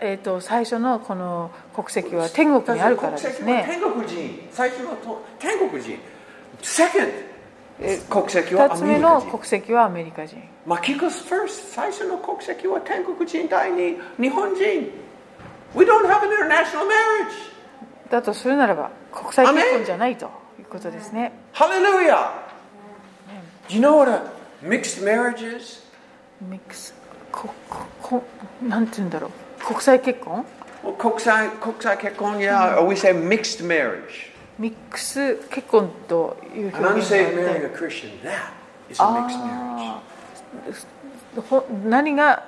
Speaker 2: えー、と最初のこの国籍は天国にあるからですね
Speaker 5: 国籍は天国人。最初のと天国人。Second,
Speaker 2: 2つ目の
Speaker 5: 国籍はアメリカ人。
Speaker 2: 国籍はアメリカ人
Speaker 5: マキコス first 最初の国籍は天国人第二日本人 We don't have an international marriage
Speaker 2: だとするならば国際結婚じゃないということですね
Speaker 5: Hallelujah Do you know what a mixed marriage is?
Speaker 2: ミックスこここなんて言うんだろう国際結婚
Speaker 5: Well, 国際国際結婚 yeah or we say mixed marriage
Speaker 2: ミックス結婚という
Speaker 5: An
Speaker 2: 表現があ
Speaker 5: unsaved
Speaker 2: っ
Speaker 5: marrying
Speaker 2: て
Speaker 5: a Christian that is a mixed marriage
Speaker 2: ほ何が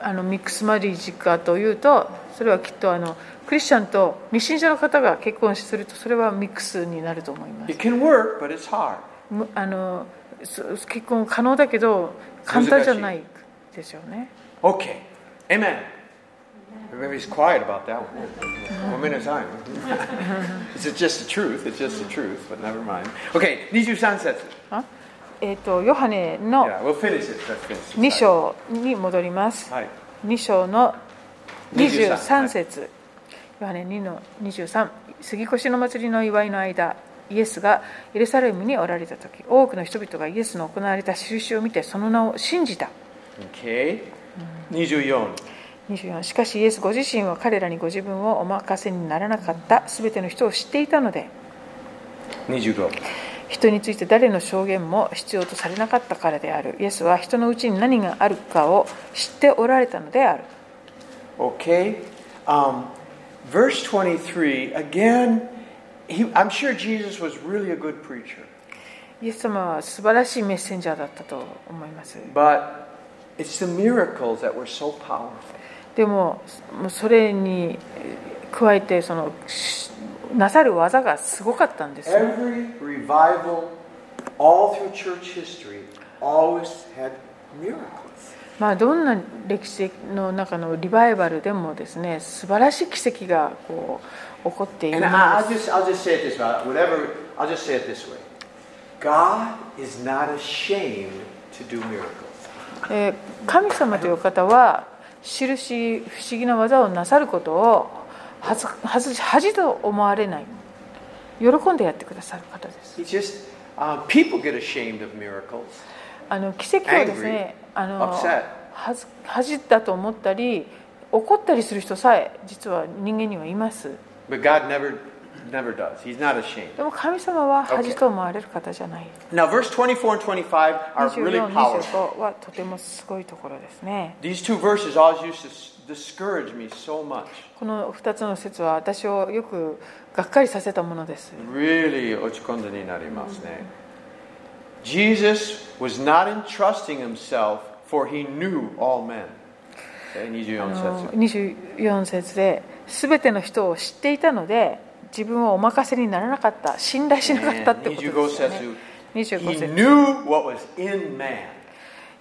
Speaker 2: あのミックスマリージかというとそれはきっとあのクリスチャンと未信者の方が結婚するとそれはミックスになると思います
Speaker 5: It can work but it's hard
Speaker 2: むあのそ結婚可能だけど簡単じゃないですよね
Speaker 5: Okay Amen Everybody's quiet about that one One minute time
Speaker 1: Is it just the truth? It's just the truth, but never mind. Okay, 23 setsu.
Speaker 2: あえっ、とヨハネの
Speaker 1: Yeah, we'll finish it. Let's finish it.
Speaker 2: 2章に戻ります、
Speaker 1: はい
Speaker 2: 2章の
Speaker 1: 23
Speaker 2: 23節、ヨハネ2の23杉越の祭りの祝いの間イエスがエルサレムにおられた時多くの人々がイエスの行われた印を見てその名を信じた
Speaker 1: Okay. 24.
Speaker 2: 24しかしイエスご自身は彼らにご自分をお任せにならなかった全ての人を知っていたので
Speaker 1: 25.
Speaker 2: 人について誰の証言も必要とされなかったからであるイエスは人のうちに何があるかを知っておられたのである
Speaker 1: Okay. Um, verse 23, again, he, I'm sure Jesus was really a good preacher,
Speaker 2: イエス様は素晴らしいメッセンジャーだったと思います
Speaker 1: but it's the miracles that were so powerful.
Speaker 2: でももうそれにえー加えてそのしなさる技がすごかったんですよ
Speaker 5: Every revival, all through church history, always had miracles.
Speaker 2: まあどんな歴史の中のリバイバルでもですね素晴らしい奇跡がこう起こっている
Speaker 5: And
Speaker 2: もの
Speaker 5: I,
Speaker 2: で
Speaker 5: I'll just I'll just say it this way. Whatever I'll just say it this way. God is not ashamed to do miracles.
Speaker 2: すえー神様という方は印不思議な技をなさることを恥ず恥ず恥と思われない喜んでやってくださる方です
Speaker 5: He just uh, people get ashamed of miracles.
Speaker 2: あの奇跡をですね、
Speaker 5: Angry,
Speaker 2: あの
Speaker 5: upset
Speaker 2: 恥ず恥だと思ったり、怒ったりする人さえ実は人間にはいます。
Speaker 1: But God never, never does. He's not ashamed.
Speaker 2: でも神様は恥と思われる方じゃない。
Speaker 1: Now, verse 24 and 25 are
Speaker 2: 24、
Speaker 1: really powerful.
Speaker 2: 25はとてもすごいところですね。
Speaker 1: These two verses always used to s- discourage me so much.
Speaker 2: この2つの説は私をよくがっかりさせたものです。
Speaker 1: Really, 落ち込んでになりますね. Jesus was not entrusting himself, for he knew all men. Okay, 24
Speaker 2: あの
Speaker 1: 節
Speaker 2: 24節で、すべての人を知っていたので、自分をお任せにならなかった、信頼しなかったってことですよね。25
Speaker 1: Eh, He
Speaker 2: 節
Speaker 1: knew what was in man.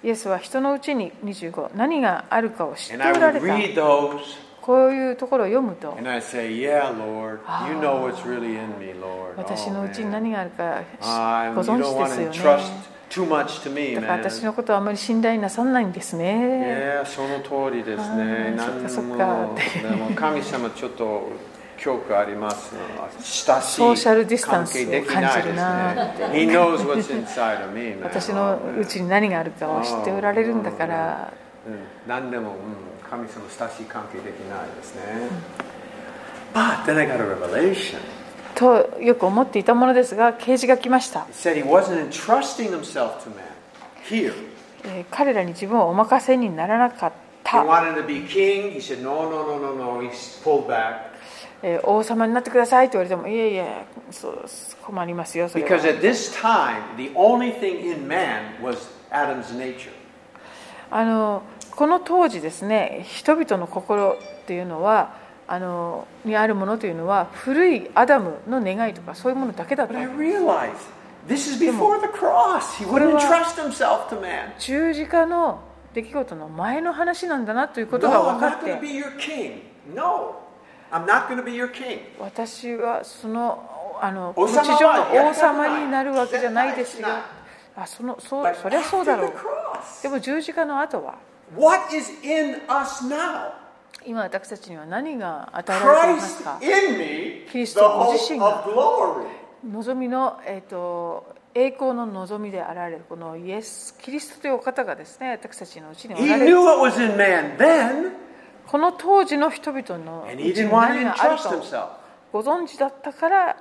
Speaker 2: イエスは人のうちに25何があるかを知ってお
Speaker 1: And
Speaker 2: ら
Speaker 1: I
Speaker 2: れ
Speaker 1: would
Speaker 2: た
Speaker 1: read those
Speaker 2: こういうところを読むと
Speaker 1: and I say, Yeah, Lord, you know what's really in me, Lord.
Speaker 2: 私
Speaker 1: Oh,
Speaker 2: のうちに
Speaker 1: man.
Speaker 2: 何があるかし
Speaker 1: I'm-
Speaker 2: ご
Speaker 1: you
Speaker 2: 存
Speaker 1: don't want
Speaker 2: 知
Speaker 1: to
Speaker 2: ですよ
Speaker 1: trust
Speaker 2: ね
Speaker 1: too much to me,
Speaker 2: だから
Speaker 1: man.
Speaker 2: 私のことはあまり信頼なさらないんですね
Speaker 1: ねその通りですね。
Speaker 2: あー
Speaker 1: 何
Speaker 2: そっかそっ
Speaker 1: も
Speaker 2: か
Speaker 1: でも神様ちょっと教区ありますの親し
Speaker 2: ソーシャルディ
Speaker 1: い
Speaker 2: スタン
Speaker 1: 関
Speaker 2: スを
Speaker 1: 係
Speaker 2: 感じ
Speaker 1: で
Speaker 2: る
Speaker 1: きないです
Speaker 2: な
Speaker 1: ね。He knows what's inside of me, man.
Speaker 2: 私のうちに何があるかを知っておられるんだから
Speaker 1: うん、何でも、うん、神様親しい関係できないですね。But then I got a revelation.
Speaker 2: とよく思っていたものですが啓示が来ました
Speaker 1: It said he wasn't entrusting himself to man here.
Speaker 2: えー彼らに自分をお任せにならなかっ
Speaker 5: He
Speaker 2: た、
Speaker 5: wanted to be king. He said, no, no, no, no, no. He pulled back.
Speaker 2: えー王様になってくださいと言われてもいえいえそう困りますよそれ
Speaker 5: Because
Speaker 2: は
Speaker 5: at this time, the only thing in man was Adam's nature.
Speaker 2: あのこの当時ですね人々の心っていうのはあのにあるものというのは古いアダムの願いとかそういうものだけだっ
Speaker 5: But
Speaker 2: た
Speaker 5: I realized this is before the cross. He wouldn't entrust himself to man.
Speaker 2: 十字架の出来事の前の話なんだなというこ
Speaker 5: No,
Speaker 2: と
Speaker 5: I'm
Speaker 2: が分か
Speaker 5: not
Speaker 2: っ
Speaker 5: going to
Speaker 2: て
Speaker 5: be your king. No, I'm not going to be your king.
Speaker 2: 私はそのあの
Speaker 5: 王
Speaker 2: こ
Speaker 5: 様
Speaker 2: の
Speaker 5: は
Speaker 2: 地上の王様
Speaker 5: やりたくない
Speaker 2: になるわけじゃないですよ
Speaker 5: 絶対し
Speaker 2: あそのそう
Speaker 5: But
Speaker 2: そりゃそうだ
Speaker 5: after
Speaker 2: ろ
Speaker 5: the
Speaker 2: う
Speaker 5: cross,
Speaker 2: でも十字架の後は
Speaker 5: what is in us now?
Speaker 2: 今私たちには何が与えられていま
Speaker 5: Christ
Speaker 2: すか
Speaker 5: in me, the
Speaker 2: キリストご自身が。
Speaker 5: hope of glory.
Speaker 2: 望みの、えー、と栄光の望みであられるこのイエス・キリストというお方がですね私たちのうちにお
Speaker 5: He
Speaker 2: られる
Speaker 5: knew what was in man then,
Speaker 2: この当時の人々の
Speaker 5: and
Speaker 2: う
Speaker 5: he
Speaker 2: ち
Speaker 5: didn't
Speaker 2: に
Speaker 5: want
Speaker 2: 何
Speaker 5: to
Speaker 2: がある
Speaker 5: entrust
Speaker 2: かを
Speaker 5: himself.
Speaker 2: ご存知だったから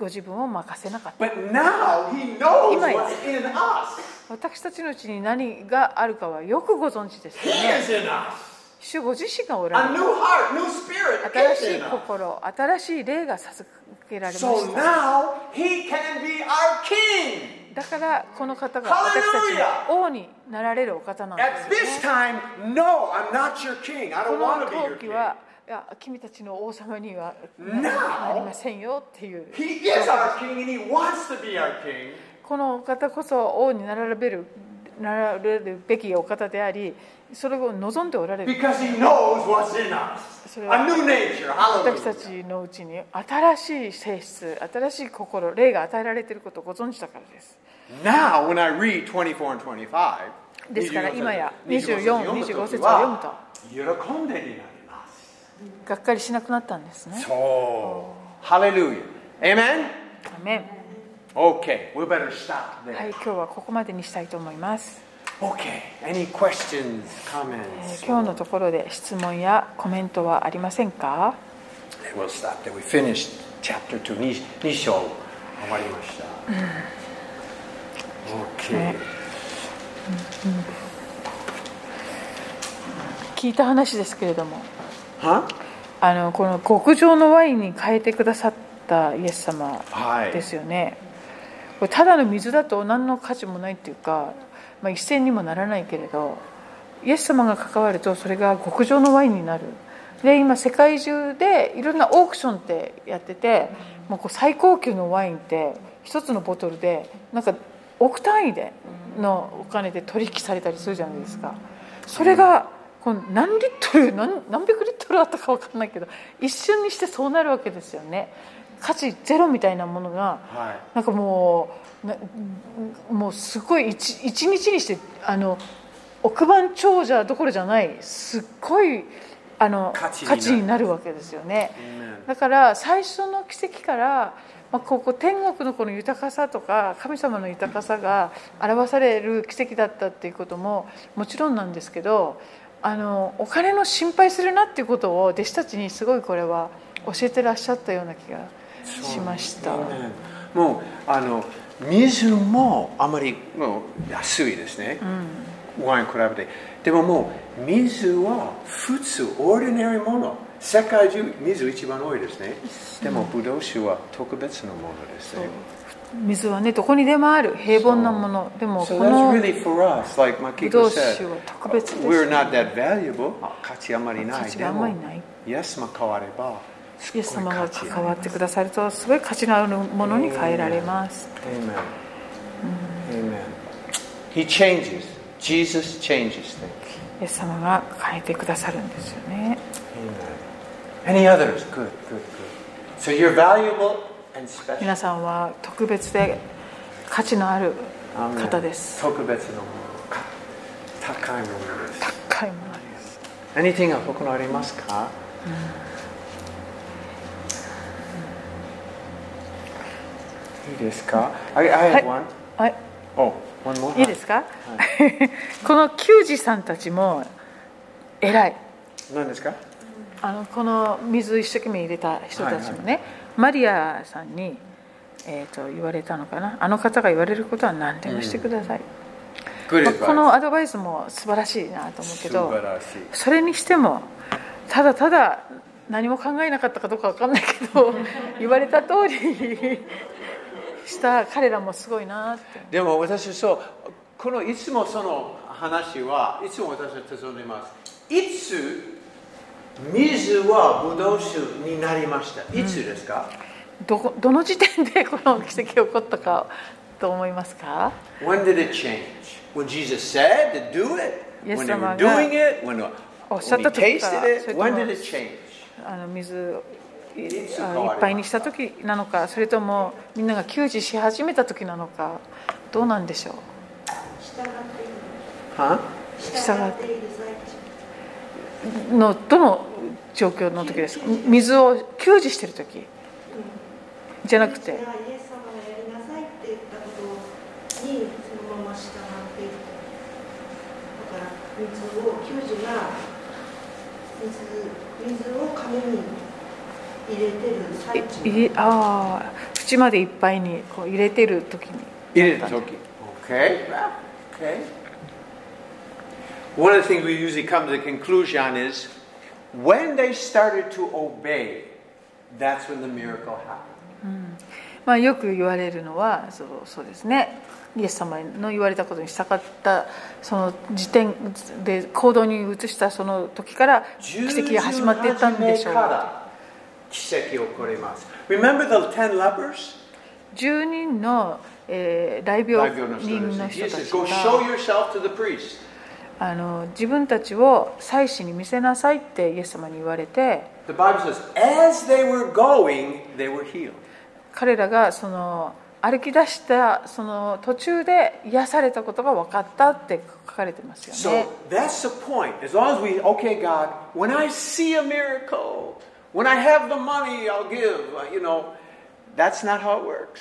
Speaker 2: ご自分を任せなかった
Speaker 5: But now he knows
Speaker 2: 今や。
Speaker 5: what's in us.
Speaker 2: 私たちのうちに何があるかはよくご存知です
Speaker 5: He
Speaker 2: よね
Speaker 5: is in us.
Speaker 2: 主ご自身がおら
Speaker 5: A
Speaker 2: れる
Speaker 5: new heart, new spirit
Speaker 2: 新
Speaker 5: is
Speaker 2: しい
Speaker 5: in us.
Speaker 2: 心新しい霊が授けられま
Speaker 5: So
Speaker 2: した
Speaker 5: now he can be our king.
Speaker 2: だからこの方が私たちの王になられるお方なんで
Speaker 5: At
Speaker 2: す
Speaker 5: this
Speaker 2: よね
Speaker 5: time, no, I'm not your king. I
Speaker 2: こ
Speaker 5: don't
Speaker 2: の
Speaker 5: want to be your
Speaker 2: 時
Speaker 5: king.
Speaker 2: はいや君たちの王様にはな
Speaker 5: Now
Speaker 2: なりませんよっていう
Speaker 5: He is our king and he wants to be our king.
Speaker 2: このお方こそ王になられるなられるべきお方でありそれを望んでおられる
Speaker 5: Because he knows what's in us.
Speaker 2: So-
Speaker 5: A new nature.
Speaker 2: 私た
Speaker 5: Hallelujah.
Speaker 2: ちのうちに新しい性質新しい心霊が与えられていることをご存知だからです
Speaker 1: Now, when I read 24 and 25,
Speaker 2: ですから今や24
Speaker 1: 24
Speaker 2: 25節を読むと
Speaker 5: 25節を読むときは、喜んでになります。
Speaker 2: がっかりしなくなったんですね
Speaker 5: Oh.
Speaker 1: Hallelujah. Amen?
Speaker 2: アメン
Speaker 1: Okay, we better stop
Speaker 2: は
Speaker 1: there.
Speaker 2: い今日はここまでにしたいと思います、
Speaker 1: Okay, any questions,
Speaker 2: え
Speaker 1: comments?
Speaker 2: ー今日のところで質問やコメントはありませんか
Speaker 1: We'll stop there. We finished chapter 2, 2, 2章終わりました。Okay.
Speaker 2: 聞いた話ですけれども
Speaker 1: Huh?
Speaker 2: あのこの極上のワインに変えてくださったイエス様
Speaker 1: はい
Speaker 2: ですよね、これただの水だと何の価値もないっていうか、まあ、一銭にもならないけれどイエス様が関わるとそれが極上のワインになるで今世界中でいろんなオークションってやっててもうこう最高級のワインって一つのボトルでなんか億単位でのお金で取引されたりするじゃないですかそれがこの何リットル何何百リットルあったか分かんないけど一瞬にしてそうなるわけですよね価値ゼロみたいなものが
Speaker 1: はい。
Speaker 2: なんかもうなもうすごい一一日にしてあの億万長者どころじゃないすっごいあの
Speaker 1: 価値になる
Speaker 2: 価値になるわけですよね
Speaker 1: Amen.
Speaker 2: だから最初の奇跡から、まあ、ここ天国のこの豊かさとか神様の豊かさが表される奇跡だったっていうことももちろんなんですけどあのお金の心配するなっていうことを弟子たちにすごいこれは教えてらっしゃったような気がしました。
Speaker 1: ねもうあの水もあまりもう安いですね、ワイン比べてでももう水は普通オーディナリーもの世界中水一番多いですねでもブドウ酒は特別なものですね
Speaker 2: 水はねどこにでもある平凡なものでも
Speaker 1: So
Speaker 2: こ
Speaker 1: that's
Speaker 2: の
Speaker 1: really for us, like
Speaker 2: ブ
Speaker 1: Makiko
Speaker 2: ドウ
Speaker 1: said,
Speaker 2: 酒は特別です、
Speaker 1: we're not that valuable 価値あまりない
Speaker 2: 価値があんまりない
Speaker 1: でもイエスも変わればすっごい
Speaker 2: イエス様
Speaker 1: 価
Speaker 2: が
Speaker 1: 値
Speaker 2: 関わってくださるとすごい価値のあるものに変えられます、
Speaker 1: Amen. Amen. He changes. Jesus changes things.
Speaker 2: イエス様が変えてくださるんですよね
Speaker 1: Amen. Any others? Good, good, good. So you're valuable and special.
Speaker 2: 皆さんは特別で価値のある
Speaker 1: Amen.
Speaker 2: 方です
Speaker 1: 特別のもの。高いものです。
Speaker 2: 高いものです
Speaker 1: Anything が他のありますかいいですか I, I have
Speaker 2: はい
Speaker 1: one.
Speaker 2: はい
Speaker 1: Oh, one more.
Speaker 2: いいですか、 この球児さんたちも偉い
Speaker 1: 何ですか
Speaker 2: あのこの水一生懸命入れた人たちもね、マリアさんに、えー、と言われたのかなあの方が言われることは何でもしてください、
Speaker 7: Good
Speaker 2: まあこ
Speaker 7: advice.
Speaker 2: のアドバイスも素晴らしいなと思うけど
Speaker 7: Subarashi.
Speaker 2: それにしてもただただ何も考えなかったかどうかわかんないけど言われた通りした彼らもすごいなって
Speaker 5: でも私そうこのいつもその話はいつも私は進んでいますいつ水はブドウ酒になりましたいつですか、
Speaker 2: どこどの時点でこの奇跡が起こったかと思いますか
Speaker 5: When did it change? When Jesus said to do it?
Speaker 2: イエ
Speaker 5: when
Speaker 2: ス
Speaker 5: they
Speaker 2: 様
Speaker 5: were
Speaker 2: が
Speaker 5: doing it? When, when
Speaker 2: おっしゃっ
Speaker 5: he
Speaker 2: た時から
Speaker 5: tasted
Speaker 2: そ
Speaker 5: it?
Speaker 2: れとも
Speaker 5: When did it change?
Speaker 2: あの水をい
Speaker 5: いつ
Speaker 2: あ
Speaker 5: 変わりました
Speaker 2: いっぱいにした時なのかそれともみんなが給仕し始めた時なのかどうなんでしょう
Speaker 8: 従っている
Speaker 1: Huh?
Speaker 8: 従っている最中
Speaker 2: のどの状況の時ですか水を給仕してる時じゃなくて
Speaker 8: じゃあイエス様がやりなさいって言ったことにそのまま従っているだから水を球児が水水を紙に入れてる最中
Speaker 2: いいああ口までいっぱいにこう入れてる時に
Speaker 1: 入れる時
Speaker 5: Okay. well, Okay. One of the things we usually come to the conclusion is when they started to obey, that's when the miracle happened.
Speaker 2: まあ、よく言われるのはそうそうですねイエス様の言われたことに従ったその時点で行動に移したその時から奇跡が始まっていったんでしょう
Speaker 5: 奇跡起こります。Remember the ten lepers?
Speaker 2: 10人の、えー、雷病人の人た
Speaker 5: Jesus,
Speaker 2: ち
Speaker 5: go show
Speaker 2: が
Speaker 5: yourself to the priest.
Speaker 2: あの自分たちを祭司に見せなさいってイエス様に言われて
Speaker 5: The Bible says, as they were going, they were healed.
Speaker 2: 彼らがその歩き出したその途中で癒されたことが分かったって書かれてますよ
Speaker 5: So
Speaker 2: ね。
Speaker 5: that's the point. As long as we, okay, God, when I see a miracle, when I have the money, I'll give. uh, You know, that's not how it works.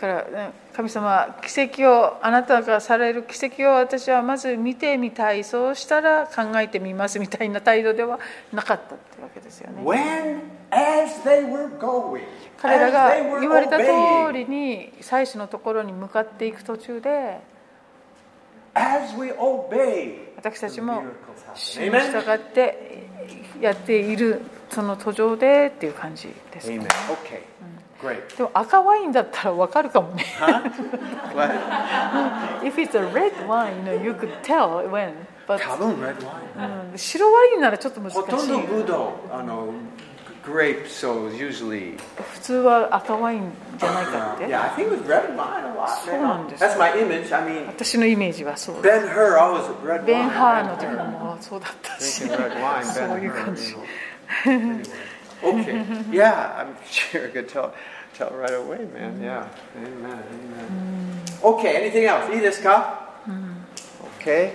Speaker 2: だからね神様奇跡をあなたがされる奇跡を私はまず見てみたいそうしたら考えてみますみたいな態度ではなかったってわけですよね
Speaker 5: When, as they were going,
Speaker 2: 彼ら
Speaker 5: as
Speaker 2: が
Speaker 5: they were
Speaker 2: 言われた通
Speaker 5: obeying,
Speaker 2: りに祭司のところに向かっていく途中で
Speaker 5: as we obey,
Speaker 2: 私たちも
Speaker 5: miracles
Speaker 2: 主に
Speaker 5: happen.
Speaker 2: 従
Speaker 5: Amen?
Speaker 2: ってやっているその途上でっていう感じですかね
Speaker 5: Amen. Okay, great.
Speaker 2: でも赤ワインだったらわかるかもね
Speaker 5: What?
Speaker 2: If it's a red wine, you know, you could tell when But
Speaker 5: 多分 red wine. Oh,
Speaker 2: うん白ワインならちょっと難しい
Speaker 5: ほとんどブドウ、あの、grape, so it's usually. uh,
Speaker 2: 普通は赤ワインじゃないかって、
Speaker 5: Yeah, I think it was red wine a lot.
Speaker 2: そうなんです。
Speaker 5: That's my image. I mean,
Speaker 2: 私のイメージはそうだ
Speaker 5: Ben Hur always red
Speaker 2: ベン
Speaker 5: wine.
Speaker 2: ハーの時もそうだったし
Speaker 1: Drinking red wine, Ben
Speaker 2: So you
Speaker 1: Hur,
Speaker 2: can-
Speaker 1: you know.
Speaker 5: Okay.
Speaker 1: Yeah, I'm sure I could tell, tell right away, man. Yeah. Amen. Amen.
Speaker 5: Okay, anything else? いいですか
Speaker 1: Okay.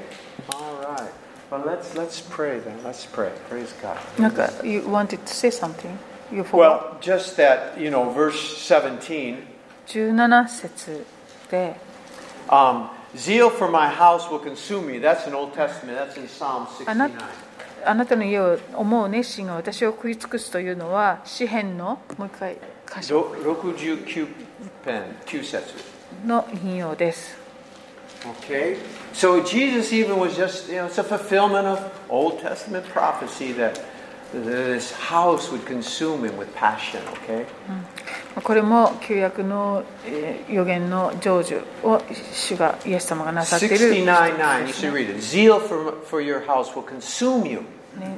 Speaker 1: All right. Well, let's let's pray then. Let's pray. Praise God.
Speaker 2: なんか You wanted to say something? You forgot?
Speaker 1: Well, just that you know, verse 17.
Speaker 2: 17節で
Speaker 1: Um, Zeal for my house will consume me. That's in Old Testament. That's in Psalm
Speaker 2: あな
Speaker 1: 69.
Speaker 2: あなたの家を思う熱心が私を食い尽くすというのは詩篇のもう一回箇所
Speaker 1: ろ69編9節
Speaker 2: の引用です
Speaker 1: Okay. So Jesus even was just, you know, it's a fulfillment of Old Testament prophecy that this house would consume him with passion, okay?
Speaker 2: これも旧約のえー予言の成就を主がイエス様がなさっている
Speaker 1: 69.9,
Speaker 2: で
Speaker 1: you
Speaker 2: すね
Speaker 1: should read it. Zeal for, for your house will consume you.
Speaker 2: ね、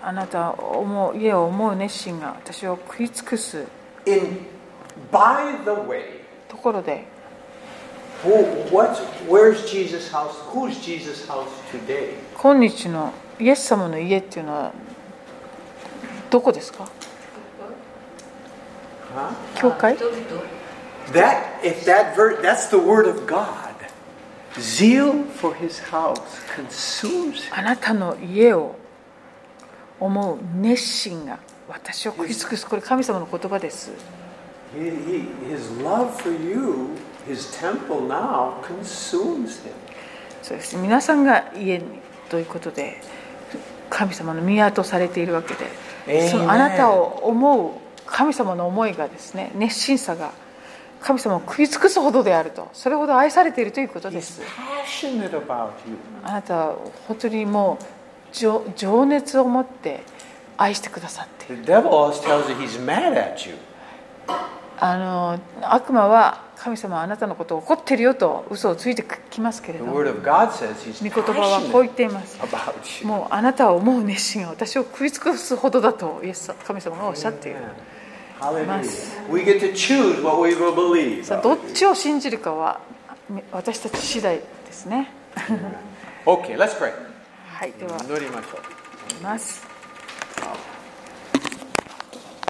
Speaker 2: あなたを思う家を思う熱心が私を食い尽くす
Speaker 5: In, by the way,
Speaker 2: ところで
Speaker 5: who, what, where's Jesus' house? Who's Jesus' house today?
Speaker 2: 今日のイエス様の家っていうのはどこですか
Speaker 5: Huh?
Speaker 2: 教会
Speaker 5: That, if that ver- that's the word of God.
Speaker 1: Zeal for his house consumes him.
Speaker 2: あなたの家を思う熱心が私を食い尽くすこれ神様の言葉です
Speaker 1: He, he, his love for you, his temple now, consumes him.
Speaker 2: そうです皆さんが家にということで神様の宮とされているわけで
Speaker 1: Amen.
Speaker 2: そうあなたを思う神様の思いがですね熱心さが神様を食い尽くすほどであるとそれほど愛されているということです
Speaker 1: Passionate about you.
Speaker 2: あなたは本当にもう情情熱を持って愛してくださっている
Speaker 1: The devil always tells you he's mad at you.
Speaker 2: あの悪魔は神様はあなたのことを怒ってるよと嘘をついてきますけれ
Speaker 1: The
Speaker 2: ども御
Speaker 1: word of God says he's
Speaker 2: 言葉はこう言
Speaker 1: passionate
Speaker 2: っています
Speaker 1: about you.
Speaker 2: もうあなたを思う熱心が私を食い尽くすほどだとイエス神様がおっしゃっている
Speaker 1: Amen. Hallelujah.
Speaker 2: Mas-
Speaker 1: We get to choose what we will believe.
Speaker 2: さあどっちを信じるかはみ私たち次第ですね
Speaker 1: Okay, let's pray.
Speaker 2: はいでは行
Speaker 9: 祈りましょう
Speaker 2: きます